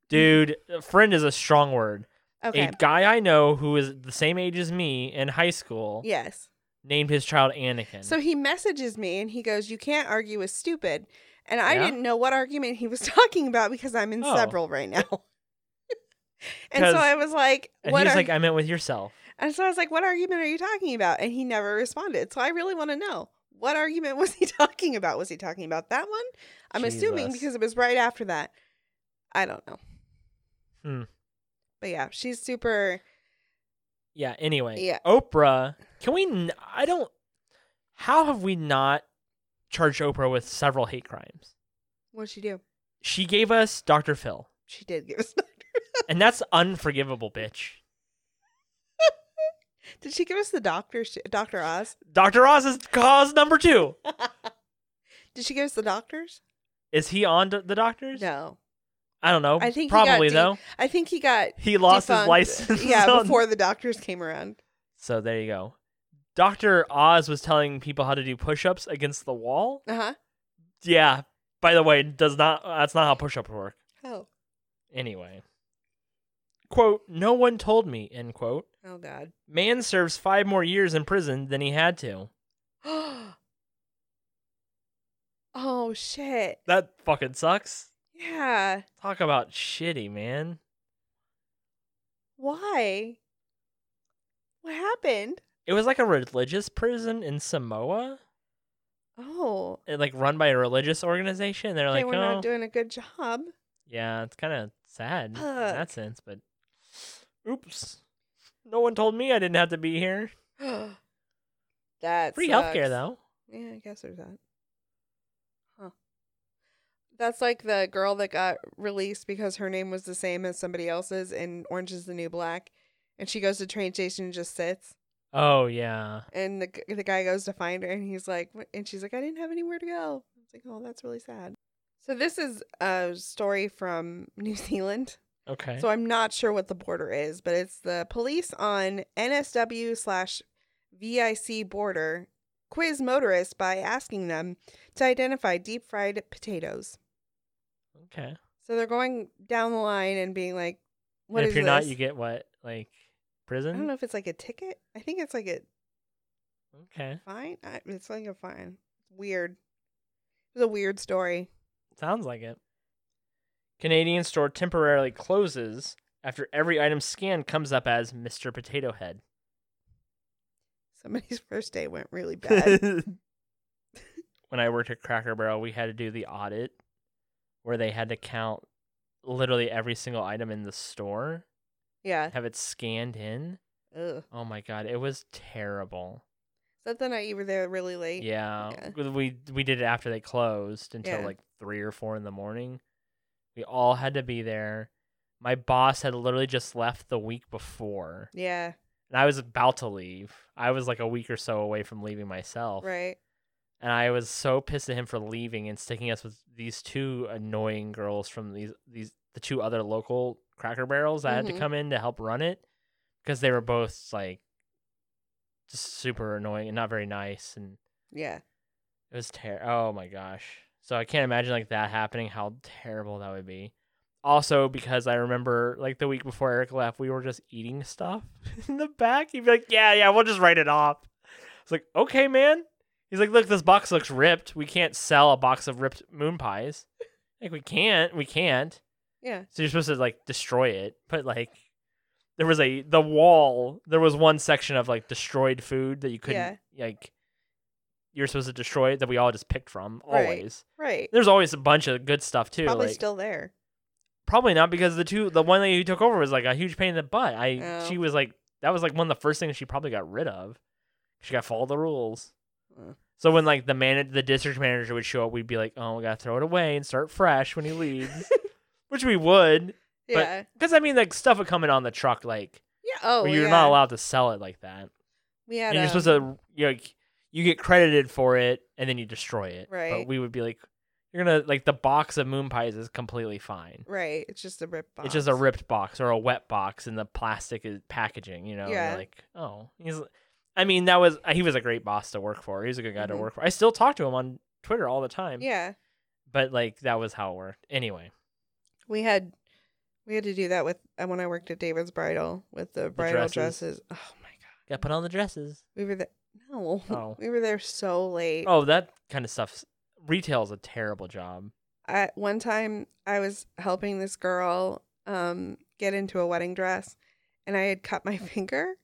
Speaker 1: Dude, friend is a strong word.
Speaker 2: Okay.
Speaker 1: A guy I know who is the same age as me in high school
Speaker 2: yes.
Speaker 1: named his child Anakin.
Speaker 2: So he messages me and he goes, You can't argue with stupid. And I
Speaker 1: Yeah?
Speaker 2: didn't know what argument he was (laughs) talking about because I'm in
Speaker 1: Oh.
Speaker 2: several right now. (laughs) and so
Speaker 1: 'Cause-
Speaker 2: I was like,
Speaker 1: and
Speaker 2: What
Speaker 1: he's
Speaker 2: are
Speaker 1: like, I meant with yourself.
Speaker 2: and so I was like, What argument are you talking about? And he never responded. So I really want to know what argument (laughs) was he talking about? Was he talking about that one? I'm assuming
Speaker 1: Jesus.
Speaker 2: because it was right after that. I don't know.
Speaker 1: Hmm.
Speaker 2: But yeah, she's super
Speaker 1: Yeah. Anyway.
Speaker 2: Yeah.
Speaker 1: Oprah. Can we? N- I don't. How have we not charged Oprah with several hate crimes?
Speaker 2: what'd she do?
Speaker 1: She gave us Dr. Phil.
Speaker 2: She did give us (laughs)
Speaker 1: And that's unforgivable, bitch.
Speaker 2: Did she give us the doctor sh- Doctor Oz?
Speaker 1: Dr. Oz is cause number two.
Speaker 2: Did she give us the doctors?
Speaker 1: Is he on d- the doctors?
Speaker 2: No,
Speaker 1: I don't know.
Speaker 2: I think he got
Speaker 1: probably
Speaker 2: de-
Speaker 1: though.
Speaker 2: I think he got
Speaker 1: He lost his
Speaker 2: defunct-
Speaker 1: license. (laughs)
Speaker 2: Yeah,
Speaker 1: on-
Speaker 2: before the doctors came around.
Speaker 1: So there you go. Dr. Oz was telling people how to do push-ups against the wall.
Speaker 2: Uh huh.
Speaker 1: Yeah. By the way, does not that's not how push-ups work.
Speaker 2: Oh,
Speaker 1: Anyway. Quote, no one told me, end quote.
Speaker 2: oh God. (gasps)
Speaker 1: Man serves five more years in prison than he had to.
Speaker 2: oh shit.
Speaker 1: That fucking sucks.
Speaker 2: Yeah.
Speaker 1: Talk about shitty, man.
Speaker 2: Why? What happened?
Speaker 1: It was like a religious prison in Samoa,
Speaker 2: Oh,
Speaker 1: it, like run by a religious organization. They're
Speaker 2: they
Speaker 1: like,
Speaker 2: were
Speaker 1: oh,
Speaker 2: not doing a good job. (gasps)
Speaker 1: yeah, it's kind of sad in
Speaker 2: Fuck.
Speaker 1: that sense, but oops. No one told me I didn't have to be here.
Speaker 2: That's
Speaker 1: Free healthcare, though.
Speaker 2: Yeah, I guess there's that. Huh. That's like the girl that got released because her name was the same as somebody else's in Orange is the New Black. And she goes to the train station and just sits.
Speaker 1: Oh, yeah.
Speaker 2: And the, g- the guy goes to find her and he's like, "What-" and she's like, I didn't have anywhere to go. It's like, oh, that's really sad. So this is a story from New (laughs) Zealand.
Speaker 1: Okay.
Speaker 2: So I'm not sure what the border is, but it's the police on NSW slash VIC border quiz motorists by asking them to identify deep fried potatoes.
Speaker 1: okay.
Speaker 2: So they're going down the line and being like, "What
Speaker 1: and
Speaker 2: is
Speaker 1: if you're not,
Speaker 2: this?"
Speaker 1: you get what? Like
Speaker 2: I
Speaker 1: prison?
Speaker 2: don't know if it's like a ticket. I think it's like a
Speaker 1: Okay.
Speaker 2: fine. I, it's like a fine. Weird. It's a weird story.
Speaker 1: Sounds like it. Canadian store temporarily closes after every item scanned comes up as Mr. Potato Head.
Speaker 2: Somebody's (laughs) first day went
Speaker 1: (laughs)
Speaker 2: really bad.
Speaker 1: when I worked at Cracker Barrel, we had to do the audit where they had to count literally every single item in the store,
Speaker 2: yeah.
Speaker 1: have it scanned in.
Speaker 2: Ugh. Is
Speaker 1: Oh my god, it was terrible.
Speaker 2: that the night you were there really late?
Speaker 1: Yeah,
Speaker 2: Yeah.
Speaker 1: w- we we did it after they closed until
Speaker 2: Yeah.
Speaker 1: like three or four in the morning. We all had to be there. My boss had literally just left the week before,
Speaker 2: Yeah.
Speaker 1: and I was about to leave. I was like a week or so away from leaving myself,
Speaker 2: Right.
Speaker 1: and I was so pissed at him for leaving and sticking us with these two annoying girls from these these the two other local Cracker Barrels that had
Speaker 2: Mhm.
Speaker 1: to come in to help run it because they were both like just super annoying and not very nice and.
Speaker 2: Yeah.
Speaker 1: It was terrible. Oh my gosh. So I can't imagine like that happening. How terrible that would be. Also, because I remember like the week before Eric left, we were just eating stuff (laughs) in the back. He'd be like, "Yeah, yeah, we'll just write it off." It's like, "Okay, man." He's like, "Look, this box looks ripped. We can't sell a box of ripped moon pies. Like, we can't. We can't."
Speaker 2: Yeah.
Speaker 1: So you're supposed to like destroy it, but like there was a the wall. There was one section of like destroyed food that you couldn't like. You're supposed to destroy it that we all just picked from.
Speaker 2: Right.
Speaker 1: Always,
Speaker 2: Right.
Speaker 1: there's always a bunch of good stuff too.
Speaker 2: Probably
Speaker 1: like-
Speaker 2: still there.
Speaker 1: probably not because the two the one lady who took over was like a huge pain in the butt. I
Speaker 2: Oh.
Speaker 1: she was like that was like one of the first things she probably got rid of. She got follow the rules.
Speaker 2: Mm.
Speaker 1: So when like the man the district manager would show up, we'd be like, "Oh, we gotta throw it away and start fresh when he
Speaker 2: (laughs)
Speaker 1: leaves," which we would. But-
Speaker 2: Yeah.
Speaker 1: Because I mean, like stuff would come in on the truck, like
Speaker 2: yeah. Oh,
Speaker 1: where you're
Speaker 2: yeah.
Speaker 1: not allowed to sell it like that,
Speaker 2: We had.
Speaker 1: and you're
Speaker 2: um,
Speaker 1: supposed to you know, like you get credited for it, and then you destroy it.
Speaker 2: Right.
Speaker 1: But we would be like, you're gonna like the box of moon pies is completely fine.
Speaker 2: Right. It's just a rip. Box.
Speaker 1: It's just a ripped box or a wet box, and the plastic is packaging. You know, And you're
Speaker 2: Yeah.
Speaker 1: like oh, he's. I mean, that was he was a great boss to work for. He was a good guy
Speaker 2: Mhm.
Speaker 1: to work for. I still talk to him on Twitter all the time.
Speaker 2: Yeah.
Speaker 1: But like that was how it worked. Anyway,
Speaker 2: We had. We had to do that with uh, when I worked at David's Bridal with the bridal dresses.
Speaker 1: dresses.
Speaker 2: Oh my god.
Speaker 1: got put on the dresses.
Speaker 2: We were there. No.
Speaker 1: Oh.
Speaker 2: (laughs) We were there so late.
Speaker 1: Oh, that kind of stuff. Retail's a terrible job.
Speaker 2: I, one time I was helping this girl um, get into a wedding dress, and I had cut my (laughs) finger,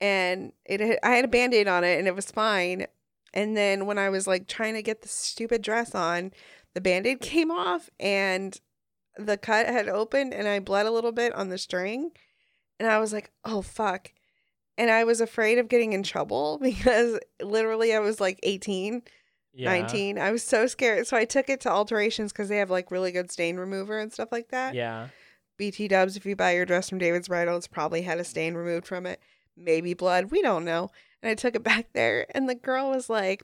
Speaker 2: and it had, I had a band aid on it, and it was fine. And then when I was like trying to get the stupid dress on, the band aid came off, and the cut had opened, and I bled a little bit on the string, and I was like, oh fuck. And I was afraid of getting in trouble (laughs) because literally I was like 18
Speaker 1: Yeah.
Speaker 2: 19. I was so scared. So I took it to alterations because they have like really good stain remover and stuff like that.
Speaker 1: Yeah.
Speaker 2: BT dubs, if you buy your dress from David's Bridal, it's probably had a stain removed from it. maybe blood. We don't know. And I took it back there, and the girl was like,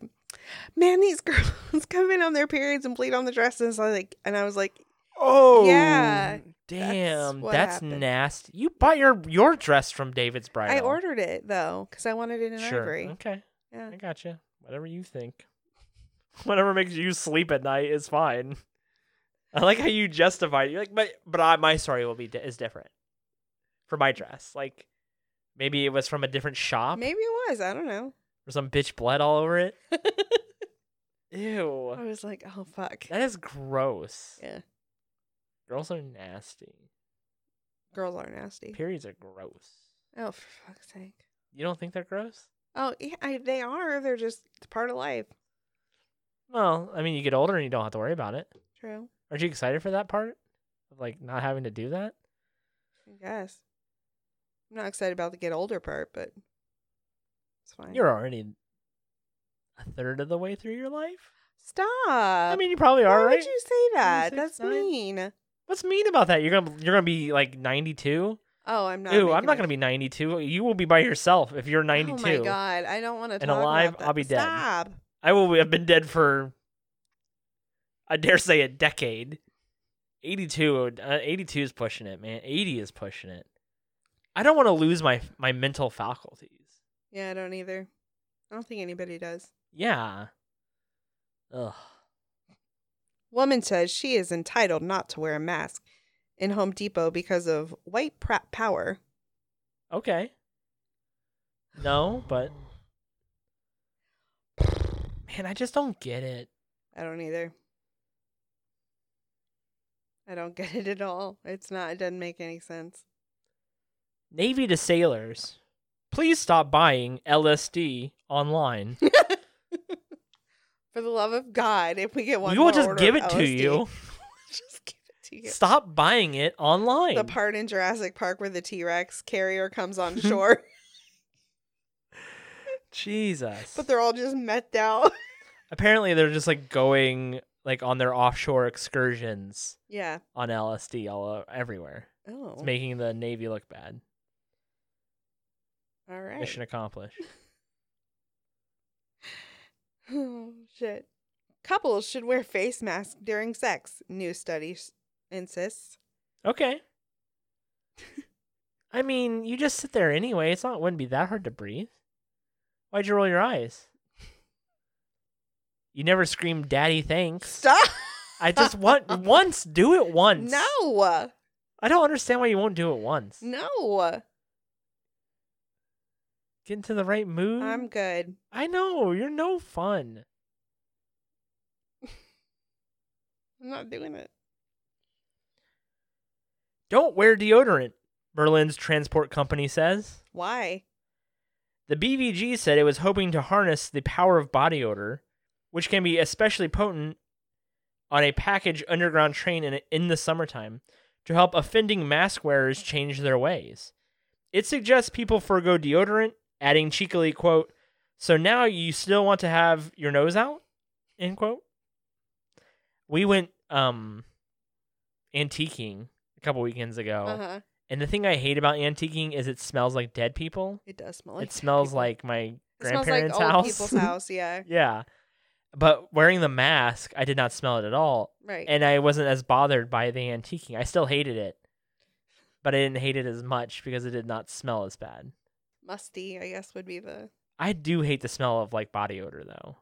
Speaker 2: "Man, these (laughs) girls come in on their periods and bleed on the dresses." I was like, and I was like,
Speaker 1: Oh
Speaker 2: Yeah,
Speaker 1: Damn,
Speaker 2: what
Speaker 1: that's,
Speaker 2: happened.
Speaker 1: nasty. You bought your your dress from David's bridal.
Speaker 2: "I ordered it though because I wanted it in
Speaker 1: sure. Uh-huh.
Speaker 2: ivory."
Speaker 1: Okay.
Speaker 2: Yeah.
Speaker 1: I gotcha. Whatever you think. (laughs) Whatever makes you sleep at night is fine. I like how you justify it. You're like, but but I, my story will be di- is different for my dress. Like maybe it was from a different shop
Speaker 2: Maybe it was. I don't know.
Speaker 1: or some bitch bled all over
Speaker 2: (laughs)
Speaker 1: it. Ew,
Speaker 2: I was like, "Oh fuck."
Speaker 1: that is gross.
Speaker 2: Yeah.
Speaker 1: Girls are nasty.
Speaker 2: Girls are nasty.
Speaker 1: Periods are gross.
Speaker 2: Oh, for fuck's sake.
Speaker 1: You don't think they're gross?
Speaker 2: Oh, yeah, I, they are. They're just it's part of life.
Speaker 1: Well, I mean, you get older and you don't have to worry about it.
Speaker 2: True.
Speaker 1: Aren't you excited for that part? Of, Like not having to do that?
Speaker 2: I guess. I'm not excited about the get older part, but it's fine.
Speaker 1: You're already a third of the way through your life.
Speaker 2: Stop.
Speaker 1: I mean, you probably are,
Speaker 2: Uh, why
Speaker 1: right?
Speaker 2: would you say that?
Speaker 1: six,
Speaker 2: That's
Speaker 1: nine?
Speaker 2: mean.
Speaker 1: What's mean about that? You're gonna you're gonna be like 92.
Speaker 2: Oh, I'm not.
Speaker 1: Ooh, I'm not gonna be 92. You will be by yourself if you're 92.
Speaker 2: Oh my god, I don't want to.
Speaker 1: And alive, I'll be dead.
Speaker 2: Stop.
Speaker 1: I will have been dead for, I dare say, a decade. 82, would- uh, 82 is pushing it, man. 80 is pushing it. I don't want to lose my my mental faculties.
Speaker 2: Yeah, I don't either. I don't think anybody does.
Speaker 1: Yeah. Ugh.
Speaker 2: Woman says she is entitled not to wear a mask in Home Depot because of white prat power.
Speaker 1: Okay. No, but man, I just don't get it.
Speaker 2: I don't either. I don't (laughs) get it at all. It's not. It doesn't make any sense.
Speaker 1: Navy to sailors, please stop buying LSD online.
Speaker 2: For the love of God, if we get (laughs) one,
Speaker 1: we will
Speaker 2: more
Speaker 1: just
Speaker 2: order
Speaker 1: give
Speaker 2: of
Speaker 1: it to
Speaker 2: LSD,
Speaker 1: you.
Speaker 2: (laughs) just give it to you.
Speaker 1: Stop buying it online.
Speaker 2: The part in Jurassic Park where the T Rex carrier comes
Speaker 1: (laughs)
Speaker 2: on shore, (laughs)
Speaker 1: Jesus.
Speaker 2: but they're all just methed out.
Speaker 1: Apparently, they're just like going like on their offshore excursions
Speaker 2: (laughs) Yeah.
Speaker 1: on LSD all o- everywhere.
Speaker 2: Oh.
Speaker 1: It's making the Navy look bad.
Speaker 2: all right. (sighs)
Speaker 1: Mission accomplished.
Speaker 2: Oh, shit. Couples should wear face masks during sex, new studies insists. (laughs)
Speaker 1: Okay. I mean, you just sit there anyway. It's not wouldn't be that hard to breathe. Why'd you roll your eyes? You never scream daddy thanks.
Speaker 2: Stop!
Speaker 1: I just
Speaker 2: (laughs)
Speaker 1: want once, do it once.
Speaker 2: No!
Speaker 1: I don't understand why you won't do it once.
Speaker 2: No!
Speaker 1: Get into the right mood.
Speaker 2: I'm good.
Speaker 1: I know, you're no fun.
Speaker 2: I'm not doing it.
Speaker 1: Don't wear deodorant, Berlin's transport company says.
Speaker 2: Why?
Speaker 1: The BVG said it was hoping to harness the power of body odor, which can be especially potent on a package underground train in, in the summertime, to help offending mask wearers change their ways. It suggests people forego deodorant, adding cheekily, quote, so now you still want to have your nose out? End quote. We went um antiquing a couple weekends ago.
Speaker 2: Uh huh.
Speaker 1: And the thing I hate about antiquing is it smells like dead people
Speaker 2: It does smell like (laughs)
Speaker 1: it smells
Speaker 2: people.
Speaker 1: like my
Speaker 2: It smells
Speaker 1: grandparents'
Speaker 2: like old
Speaker 1: house.
Speaker 2: people's house. Yeah.
Speaker 1: (laughs) yeah. But wearing the mask, I did not smell it at all.
Speaker 2: Right.
Speaker 1: And I wasn't as bothered by the antiquing. I still hated it. But I didn't hate it as much because it did not smell as bad.
Speaker 2: Musty, I guess, would be the.
Speaker 1: I do hate the smell of like body odor though.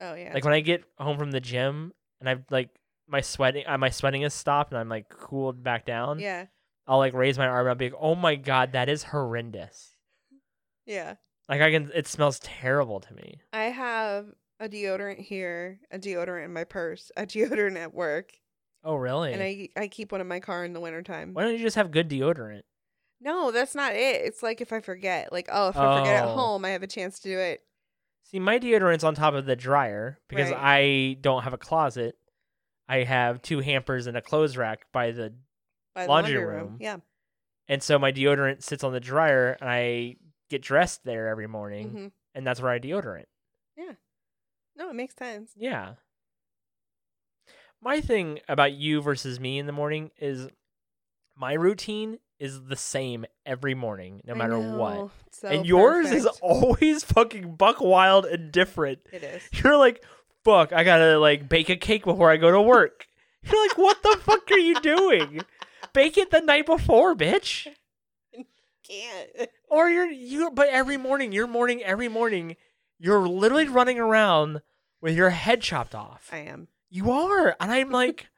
Speaker 2: Oh yeah.
Speaker 1: Like when I get home from the gym and I've like my sweating uh, my sweating has stopped and I'm like cooled back down.
Speaker 2: yeah.
Speaker 1: I'll like raise my arm and I'll be like, Oh my god, that is horrendous.
Speaker 2: Yeah.
Speaker 1: Like I can it smells terrible to me.
Speaker 2: I have a deodorant here, a deodorant in my purse, a (laughs) deodorant at work,
Speaker 1: Oh really?
Speaker 2: and I I keep one in my car in the wintertime.
Speaker 1: Why don't you just have good deodorant?
Speaker 2: No, that's not it. It's like if I forget, like oh, if I forget at
Speaker 1: Oh.
Speaker 2: home, I have a chance to do it.
Speaker 1: See, my deodorant's on top of the dryer because I don't have a closet. I have two hampers and a clothes rack by the,
Speaker 2: By the
Speaker 1: Laundry
Speaker 2: laundry,
Speaker 1: room.
Speaker 2: room. Yeah.
Speaker 1: and so my deodorant sits on the dryer, and I get dressed there every morning,
Speaker 2: hmm
Speaker 1: and that's where I deodorant.
Speaker 2: No, it makes sense.
Speaker 1: Yeah. My thing about you versus me in the morning is my routine is the same every morning, no
Speaker 2: I
Speaker 1: matter what.
Speaker 2: know, it's so
Speaker 1: and yours is
Speaker 2: perfect.
Speaker 1: (laughs) always fucking buck wild and different.
Speaker 2: It is.
Speaker 1: You're like, fuck, I gotta like bake a cake before I go to work. (laughs) You're like, what the fuck are you doing? Bake it the night before, bitch.
Speaker 2: Can't.
Speaker 1: Or you're you but every morning, your morning every morning, you're literally running around with your head chopped off.
Speaker 2: (laughs) I am.
Speaker 1: You are. And I'm like,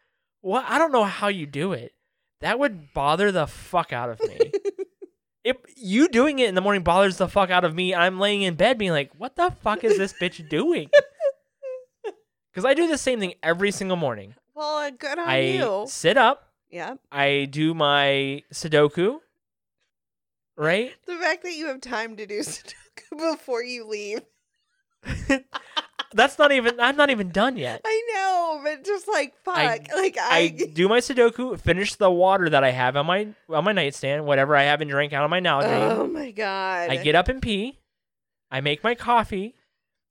Speaker 1: what? I don't know how you do it. That would bother the fuck out of me. if you doing it in the morning bothers the fuck out of me, I'm laying in bed being like, what the fuck is this bitch doing? Because I do the same thing every single morning.
Speaker 2: Well, uh, good on
Speaker 1: I
Speaker 2: you.
Speaker 1: sit up,
Speaker 2: Yeah.
Speaker 1: I do my Sudoku, right?
Speaker 2: The fact that you have time to do (laughs) Sudoku before you leave.
Speaker 1: That's not even, I'm not even done yet.
Speaker 2: I know, but just like fuck.
Speaker 1: I-
Speaker 2: like
Speaker 1: I
Speaker 2: I,
Speaker 1: do my Sudoku, finish the water that I have on my on my nightstand, whatever I haven't drank out of my now dream.
Speaker 2: Oh my god.
Speaker 1: I get up and pee. I make my coffee.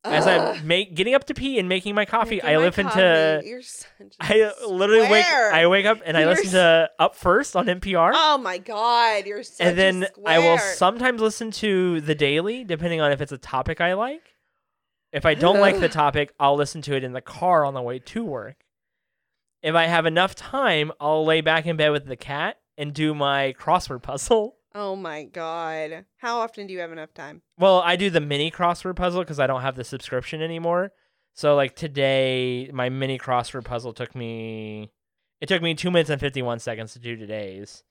Speaker 1: As
Speaker 2: Ugh.
Speaker 1: I'm make getting up to pee and making my coffee,
Speaker 2: Making
Speaker 1: I
Speaker 2: my
Speaker 1: listen
Speaker 2: coffee.
Speaker 1: to
Speaker 2: You're such a
Speaker 1: I literally wake
Speaker 2: square.
Speaker 1: I wake up and I
Speaker 2: You're
Speaker 1: listen
Speaker 2: s-
Speaker 1: to Up First on NPR.
Speaker 2: Oh my god, you're such
Speaker 1: and then
Speaker 2: a
Speaker 1: I will
Speaker 2: square.
Speaker 1: sometimes listen to The Daily, depending on if it's a topic I like. If I don't like the
Speaker 2: (sighs) Ugh.
Speaker 1: topic, I'll listen to it in the car on the way to work. If I have enough time, I'll lay back in bed with the cat and do my crossword puzzle.
Speaker 2: Oh my god. How often do you have enough time?
Speaker 1: Well, I do the mini crossword puzzle because I don't have the subscription anymore. So like today, my mini crossword puzzle took me. It took me two minutes and fifty one seconds to do today's.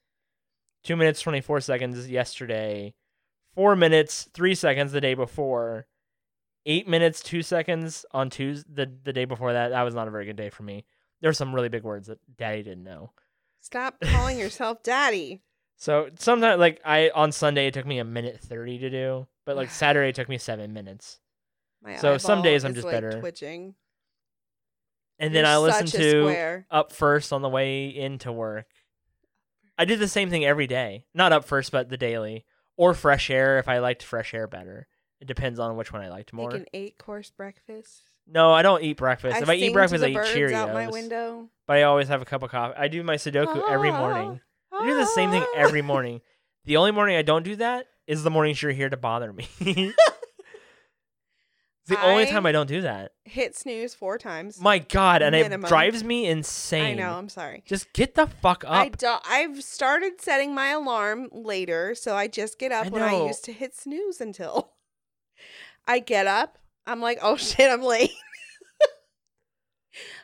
Speaker 1: Two minutes twenty four seconds yesterday. Four minutes three seconds the day before. Eight minutes two seconds on Tuesday the, the day before that. That was not a very good day for me. There were some really big words that Daddy didn't know.
Speaker 2: Stop calling yourself daddy.
Speaker 1: So sometimes, like I on Sunday, it took me a minute thirty to do, but like Saturday it took me seven minutes.
Speaker 2: My
Speaker 1: So some
Speaker 2: eyeball
Speaker 1: days I'm
Speaker 2: is,
Speaker 1: just
Speaker 2: like,
Speaker 1: better.
Speaker 2: twitching.
Speaker 1: and then
Speaker 2: You're
Speaker 1: I listen
Speaker 2: such a
Speaker 1: to
Speaker 2: square.
Speaker 1: Up First on the way into work. I do the same thing every day. Not Up First, but the daily or Fresh Air if I liked Fresh Air better. It depends on which one I liked more.
Speaker 2: like an eight course breakfast.
Speaker 1: No, I don't eat breakfast. if I
Speaker 2: sing
Speaker 1: eat
Speaker 2: to
Speaker 1: breakfast,
Speaker 2: the
Speaker 1: I eat
Speaker 2: birds
Speaker 1: Cheerios.
Speaker 2: out my window.
Speaker 1: But I always have a cup of coffee. I do my Sudoku every morning. I do the same thing
Speaker 2: Ah.
Speaker 1: every morning. The only morning I don't do that is the mornings you're here to bother me. (laughs) it's the only
Speaker 2: I-
Speaker 1: time I don't do that.
Speaker 2: (laughs) Hit snooze four times.
Speaker 1: My God, and it
Speaker 2: Minimum.
Speaker 1: drives me insane.
Speaker 2: I know. I'm sorry.
Speaker 1: Just get the fuck up.
Speaker 2: I do- I've started setting my alarm later, so I just get up
Speaker 1: I
Speaker 2: when I
Speaker 1: know.
Speaker 2: used to hit snooze until (laughs) I get up. I'm like, oh (laughs) shit, I'm late.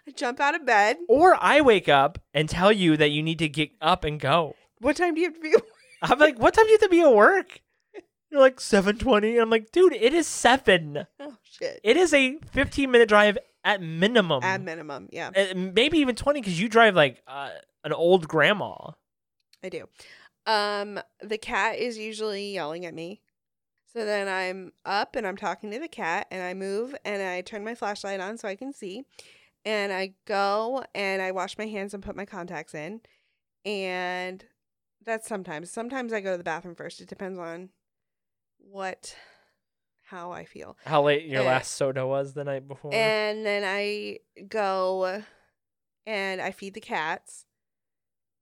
Speaker 2: I jump out of bed.
Speaker 1: Or I wake up and tell you that you need to get up and go.
Speaker 2: What time do you have to be? (laughs)
Speaker 1: I'm like, what time do you have to be at work? You're like seven twenty. I'm like, dude, it is seven.
Speaker 2: Oh shit.
Speaker 1: It is a fifteen minute drive at minimum,
Speaker 2: At minimum, yeah,
Speaker 1: Uh, maybe even twenty because you drive like uh, an old grandma.
Speaker 2: I do. Um, the cat is usually yelling at me. So then I'm up and I'm talking to the cat and I move and I turn my flashlight on so I can see. And I go and I wash my hands and put my contacts in. And that's sometimes. Sometimes I go to the bathroom first. It depends on what how I feel.
Speaker 1: How late your
Speaker 2: Uh,
Speaker 1: last soda was the night before?
Speaker 2: And then I go and I feed the cats.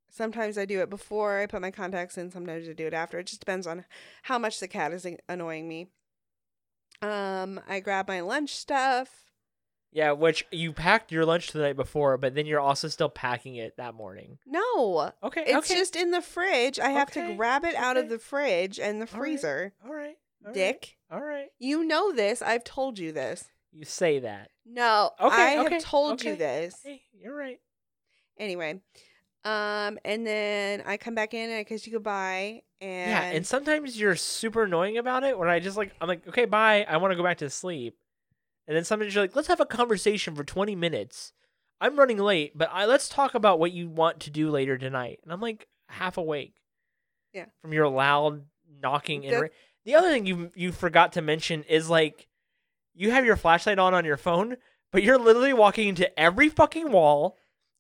Speaker 2: Sometimes I do it before I put my contacts in, sometimes I do it after. It just depends on how much the cat is an- annoying me. Um, I grab my lunch stuff.
Speaker 1: yeah, which you packed your lunch the night before, but then you're also still packing it that morning.
Speaker 2: No,
Speaker 1: Okay,
Speaker 2: it's
Speaker 1: okay,
Speaker 2: just in the fridge. I have
Speaker 1: Okay,
Speaker 2: to grab it out of
Speaker 1: okay.
Speaker 2: the fridge and the
Speaker 1: All right,
Speaker 2: freezer.
Speaker 1: all right, all right,
Speaker 2: Dick,
Speaker 1: All right,
Speaker 2: you know this. I've told you this.
Speaker 1: you say that.
Speaker 2: No,
Speaker 1: Okay,
Speaker 2: I
Speaker 1: okay,
Speaker 2: have told you
Speaker 1: okay,
Speaker 2: this.
Speaker 1: Hey, you're right.
Speaker 2: anyway um and then i come back in and i kiss you goodbye and
Speaker 1: Yeah, and sometimes you're super annoying about it. Where I just like, I'm like, okay, bye. I want to go back to sleep. And then sometimes you're like, let's have a conversation for 20 minutes. I'm running late, but I let's talk about what you want to do later tonight. And I'm like half awake.
Speaker 2: Yeah.
Speaker 1: From your loud knocking.
Speaker 2: That-
Speaker 1: And the other thing you you forgot to mention is like, you have your flashlight on on your phone, but you're literally walking into every fucking wall,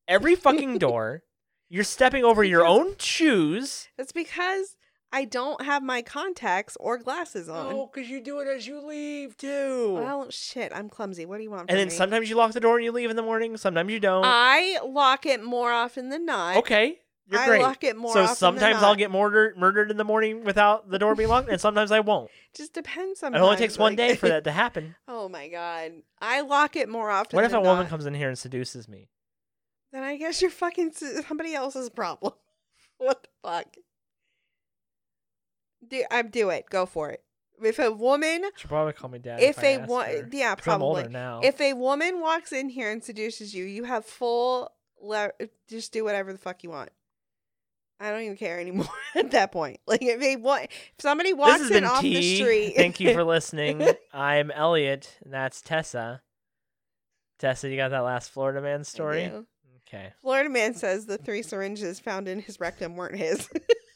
Speaker 1: every fucking door. You're stepping over your
Speaker 2: Because-
Speaker 1: own shoes.
Speaker 2: that's because i don't have my contacts or glasses on
Speaker 1: No, because you do it as you leave too.
Speaker 2: well shit i'm clumsy what do you want from
Speaker 1: and then
Speaker 2: me?
Speaker 1: sometimes you lock the door and you leave in the morning. Sometimes you don't.
Speaker 2: i lock it more often than not
Speaker 1: okay, You're
Speaker 2: I
Speaker 1: great.
Speaker 2: lock it more.
Speaker 1: so
Speaker 2: often than
Speaker 1: sometimes I'll
Speaker 2: not.
Speaker 1: get murdered murdered in the morning without the door being locked, and sometimes I won't.
Speaker 2: Just
Speaker 1: It
Speaker 2: depends. Sometimes
Speaker 1: only takes one
Speaker 2: like-
Speaker 1: day
Speaker 2: (laughs)
Speaker 1: for that to happen.
Speaker 2: Oh my god! I lock it more often.
Speaker 1: What if a
Speaker 2: than
Speaker 1: woman
Speaker 2: not.
Speaker 1: comes in here and seduces me?
Speaker 2: Then I guess you're fucking s- somebody else's problem. (laughs) what the fuck? Do I do it? Go for it. If a woman,
Speaker 1: She'll probably call me dad.
Speaker 2: if
Speaker 1: I
Speaker 2: a
Speaker 1: ask
Speaker 2: woman,
Speaker 1: her.
Speaker 2: yeah,
Speaker 1: 'Cause I'm older
Speaker 2: probably.
Speaker 1: now.
Speaker 2: If a woman walks in here and seduces you, you have full. Le- just do whatever the fuck you want. I don't even care anymore (laughs) at that point. Like if they want, if somebody
Speaker 1: this
Speaker 2: walks
Speaker 1: has
Speaker 2: in
Speaker 1: been
Speaker 2: off
Speaker 1: T.
Speaker 2: the street,
Speaker 1: Thank
Speaker 2: (laughs)
Speaker 1: you for listening. I'm Elliot, and that's Tessa. Tessa, you got that last Florida man
Speaker 2: I
Speaker 1: story?
Speaker 2: do.
Speaker 1: Okay.
Speaker 2: Florida man says the three syringes found in his rectum weren't his. (laughs)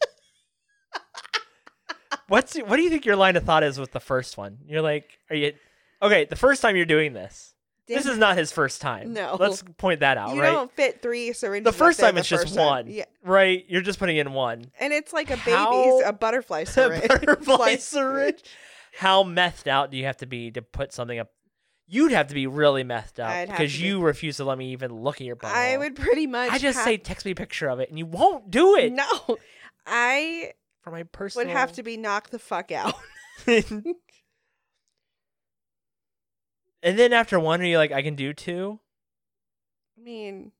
Speaker 1: What's what do you think your line of thought is with the first one? You're like, are you okay? The first time you're doing this, this
Speaker 2: Damn
Speaker 1: is not his first time.
Speaker 2: No.
Speaker 1: let's point that out,
Speaker 2: you
Speaker 1: right?
Speaker 2: don't fit three syringes.
Speaker 1: The
Speaker 2: up
Speaker 1: first
Speaker 2: there
Speaker 1: time it's just
Speaker 2: first time.
Speaker 1: one.
Speaker 2: Yeah,
Speaker 1: Right? You're just putting in one
Speaker 2: and it's like a baby's
Speaker 1: How- (laughs)
Speaker 2: a butterfly syringe. (laughs)
Speaker 1: butterfly
Speaker 2: Like-
Speaker 1: syringe. How methed out do you have to be to put something up? You'd have to be really methed
Speaker 2: I'd
Speaker 1: out
Speaker 2: have to
Speaker 1: because
Speaker 2: be-
Speaker 1: you refuse to let me even look at your butthole.
Speaker 2: I would pretty much.
Speaker 1: I just
Speaker 2: have-
Speaker 1: say text me a picture of it, and you won't do it
Speaker 2: no. I
Speaker 1: for my
Speaker 2: would
Speaker 1: personal. (laughs)
Speaker 2: have to be knocked the fuck out. (laughs)
Speaker 1: and then after one, are you like, I can do two?
Speaker 2: I mean,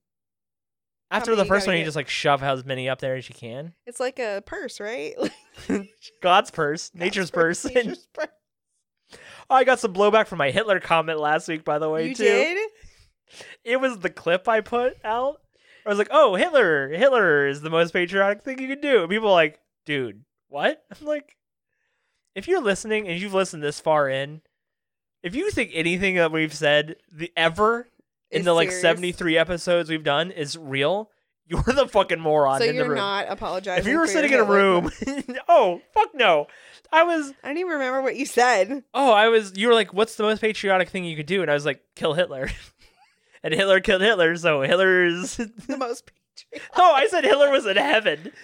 Speaker 1: After
Speaker 2: many
Speaker 1: the
Speaker 2: you
Speaker 1: first
Speaker 2: gotta
Speaker 1: one, you
Speaker 2: get?
Speaker 1: just like shove as many up there as you can.
Speaker 2: it's like a purse, right? (laughs) Like,
Speaker 1: God's purse, (laughs) nature's purse.
Speaker 2: (laughs)
Speaker 1: And-
Speaker 2: nature's purse.
Speaker 1: oh, I got some blowback from my Hitler comment last week, by the way.
Speaker 2: you
Speaker 1: too.
Speaker 2: did.
Speaker 1: It was the clip I put out. I was like, oh, Hitler, Hitler is the most patriotic thing you can do. And people are like, dude, what? (laughs) I'm like, if you're listening and you've listened this far in, if you think anything that we've said the ever in
Speaker 2: Is
Speaker 1: the like
Speaker 2: serious.
Speaker 1: 73 episodes we've done is real, (laughs) you're the fucking moron
Speaker 2: So
Speaker 1: in the
Speaker 2: you're
Speaker 1: room.
Speaker 2: not apologizing.
Speaker 1: if you were
Speaker 2: for your
Speaker 1: sitting in a
Speaker 2: Hitler-
Speaker 1: room, (laughs) oh fuck no, I was.
Speaker 2: I don't even remember what you said. (laughs)
Speaker 1: Oh, I was. You were like, "What's the most patriotic thing you could do?" And I was like, "Kill Hitler." (laughs) and Hitler killed Hitler, so Hitler's. (laughs)
Speaker 2: The most patriotic.
Speaker 1: oh, I said Hitler was in heaven. (laughs)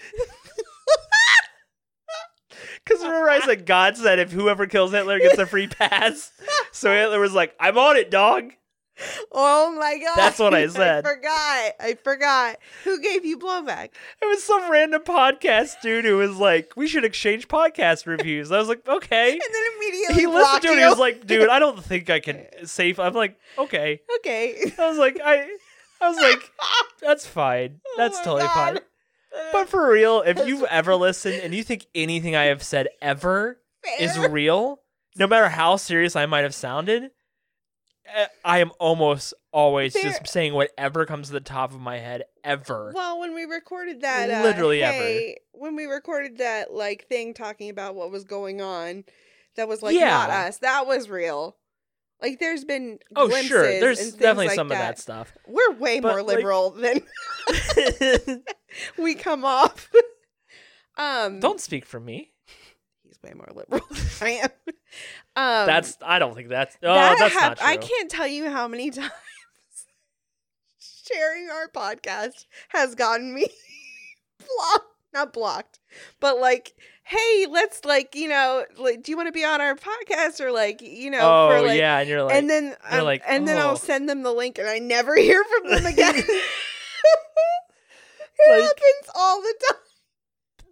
Speaker 1: Because remember, I said God said if whoever kills Hitler gets a free pass. So Hitler was like, "I'm on it, dog."
Speaker 2: Oh my
Speaker 1: (laughs)
Speaker 2: god. (laughs)
Speaker 1: That's what I said.
Speaker 2: I forgot. I forgot. Who gave you blowback?
Speaker 1: It was some random podcast dude who was like, "We should exchange podcast reviews." I was like, "Okay."
Speaker 2: And then immediately
Speaker 1: He listened
Speaker 2: blocked
Speaker 1: to it.
Speaker 2: you.
Speaker 1: And he was like, "Dude, I don't think I can save." I'm like, "Okay."
Speaker 2: (laughs) okay. (laughs)
Speaker 1: I was like, I, I was like, that's fine.
Speaker 2: (laughs) Oh
Speaker 1: That's
Speaker 2: my
Speaker 1: totally
Speaker 2: God.
Speaker 1: fine. But for real, if you've ever listened and you think anything I have said ever is
Speaker 2: Fair.
Speaker 1: real, no matter how serious I might have sounded, eh, I am almost always
Speaker 2: Fair.
Speaker 1: just saying whatever comes to the top of my head ever.
Speaker 2: well, when we recorded that, uh,
Speaker 1: Literally ever.
Speaker 2: hey, when we recorded that like thing talking about what was going on, that was like
Speaker 1: Yeah.
Speaker 2: not us. That was real. Like there's been
Speaker 1: Oh,
Speaker 2: glimpses
Speaker 1: sure. There's
Speaker 2: and things
Speaker 1: definitely
Speaker 2: like
Speaker 1: some of
Speaker 2: that.
Speaker 1: that
Speaker 2: (laughs)
Speaker 1: stuff.
Speaker 2: We're way
Speaker 1: But,
Speaker 2: more
Speaker 1: like-
Speaker 2: liberal than (laughs) we come off. (laughs) um,
Speaker 1: Don't speak for me.
Speaker 2: he's way more liberal (laughs) than I am. Um,
Speaker 1: That's. I don't think that's. Oh,
Speaker 2: that
Speaker 1: that's
Speaker 2: hap-
Speaker 1: not true.
Speaker 2: I can't tell you how many (laughs) times sharing our podcast has gotten me (laughs) blocked, not blocked, but like, hey, let's like, you know, like, do you want to be on our podcast or like, you know,
Speaker 1: oh
Speaker 2: for like,
Speaker 1: yeah, and you're like.
Speaker 2: and then
Speaker 1: you're
Speaker 2: um,
Speaker 1: like,
Speaker 2: and then
Speaker 1: oh.
Speaker 2: I'll send them the link and I never (laughs) hear from
Speaker 1: (laughs)
Speaker 2: them again. it
Speaker 1: Like-
Speaker 2: happens all the time.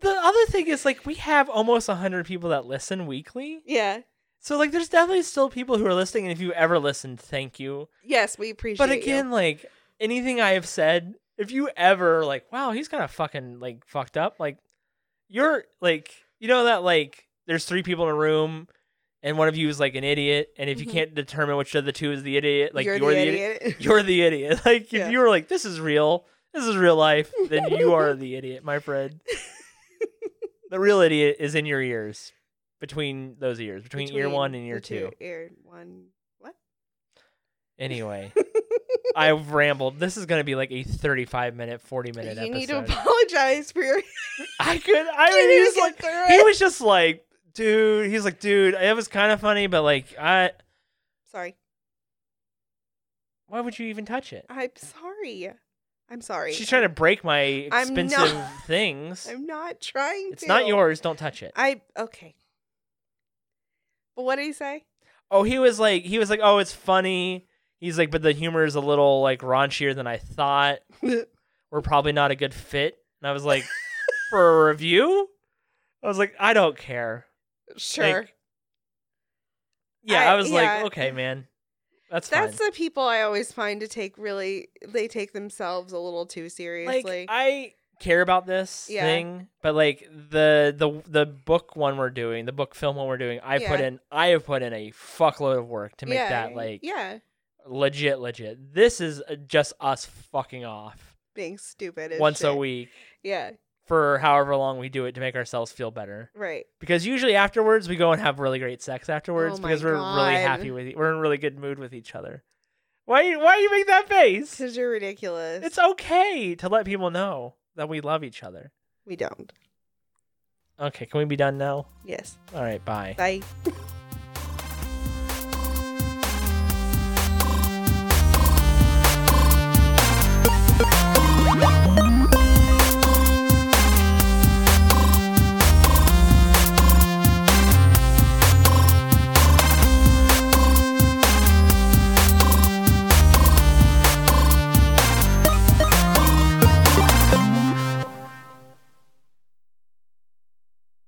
Speaker 1: the other thing is like we have almost 100 people that listen weekly
Speaker 2: Yeah.
Speaker 1: so like there's definitely still people who are listening and if you ever listened thank you
Speaker 2: Yes, we appreciate.
Speaker 1: but
Speaker 2: you.
Speaker 1: again like anything i have said if you ever like wow he's kind of fucking like fucked up like you're like you know that like there's three people in a room and one of you is like an idiot and if you
Speaker 2: Mhm.
Speaker 1: can't determine which of the two is the idiot like
Speaker 2: you're,
Speaker 1: you're,
Speaker 2: the
Speaker 1: the idiot
Speaker 2: idiot.
Speaker 1: (laughs) you're the idiot like if
Speaker 2: Yeah.
Speaker 1: you were like this is real this is real life then you are the idiot my
Speaker 2: (laughs)
Speaker 1: friend the real idiot is in your ears between those ears between, ear one and ear
Speaker 2: the
Speaker 1: two
Speaker 2: Ear one. What? (laughs)
Speaker 1: anyway i've rambled this is going to be like a 35 minute 40 minute
Speaker 2: you
Speaker 1: episode
Speaker 2: need to (laughs) apologize for your.
Speaker 1: i could (laughs) i mean he was like he was just like dude he's like dude it was kind of funny but like i
Speaker 2: sorry.
Speaker 1: why would you even touch it
Speaker 2: I'm sorry. I'm sorry.
Speaker 1: she's trying to break my
Speaker 2: I'm not-
Speaker 1: expensive
Speaker 2: (laughs)
Speaker 1: things
Speaker 2: I'm not trying
Speaker 1: it's
Speaker 2: to.
Speaker 1: not yours don't touch it
Speaker 2: I okay. But what did he say?
Speaker 1: Oh, he was like, he was like, oh, it's funny. He's
Speaker 2: (laughs)
Speaker 1: like, but the humor is a little like raunchier than I thought. We're probably not a good fit. And And I was like, for a review? I was like, I don't care.
Speaker 2: Sure.
Speaker 1: Yeah,
Speaker 2: I-
Speaker 1: I, was
Speaker 2: yeah.
Speaker 1: like, okay, man. That's
Speaker 2: That's
Speaker 1: fine.
Speaker 2: the people I always find to take really they take themselves a little too seriously.
Speaker 1: Like I care about this
Speaker 2: Yeah.
Speaker 1: thing, but like the the the book one we're doing, the book film one we're doing, I put
Speaker 2: Yeah.
Speaker 1: in I have put in a fuckload of work to make
Speaker 2: Yeah,
Speaker 1: that like
Speaker 2: yeah,
Speaker 1: legit legit. This is uh, just us fucking off
Speaker 2: being stupid as
Speaker 1: once a
Speaker 2: shit.
Speaker 1: week
Speaker 2: Yeah,
Speaker 1: for however long we do it to make ourselves feel better.
Speaker 2: right.
Speaker 1: Because usually afterwards we go and have really great sex afterwards
Speaker 2: Oh my
Speaker 1: because we're really
Speaker 2: God.
Speaker 1: happy with e, we're in a really good mood with each other. Why why you make that face?
Speaker 2: Because you're ridiculous.
Speaker 1: It's okay to let people know that we love each other.
Speaker 2: we don't.
Speaker 1: Okay, can we be done now?
Speaker 2: Yes.
Speaker 1: All right, bye.
Speaker 2: Bye.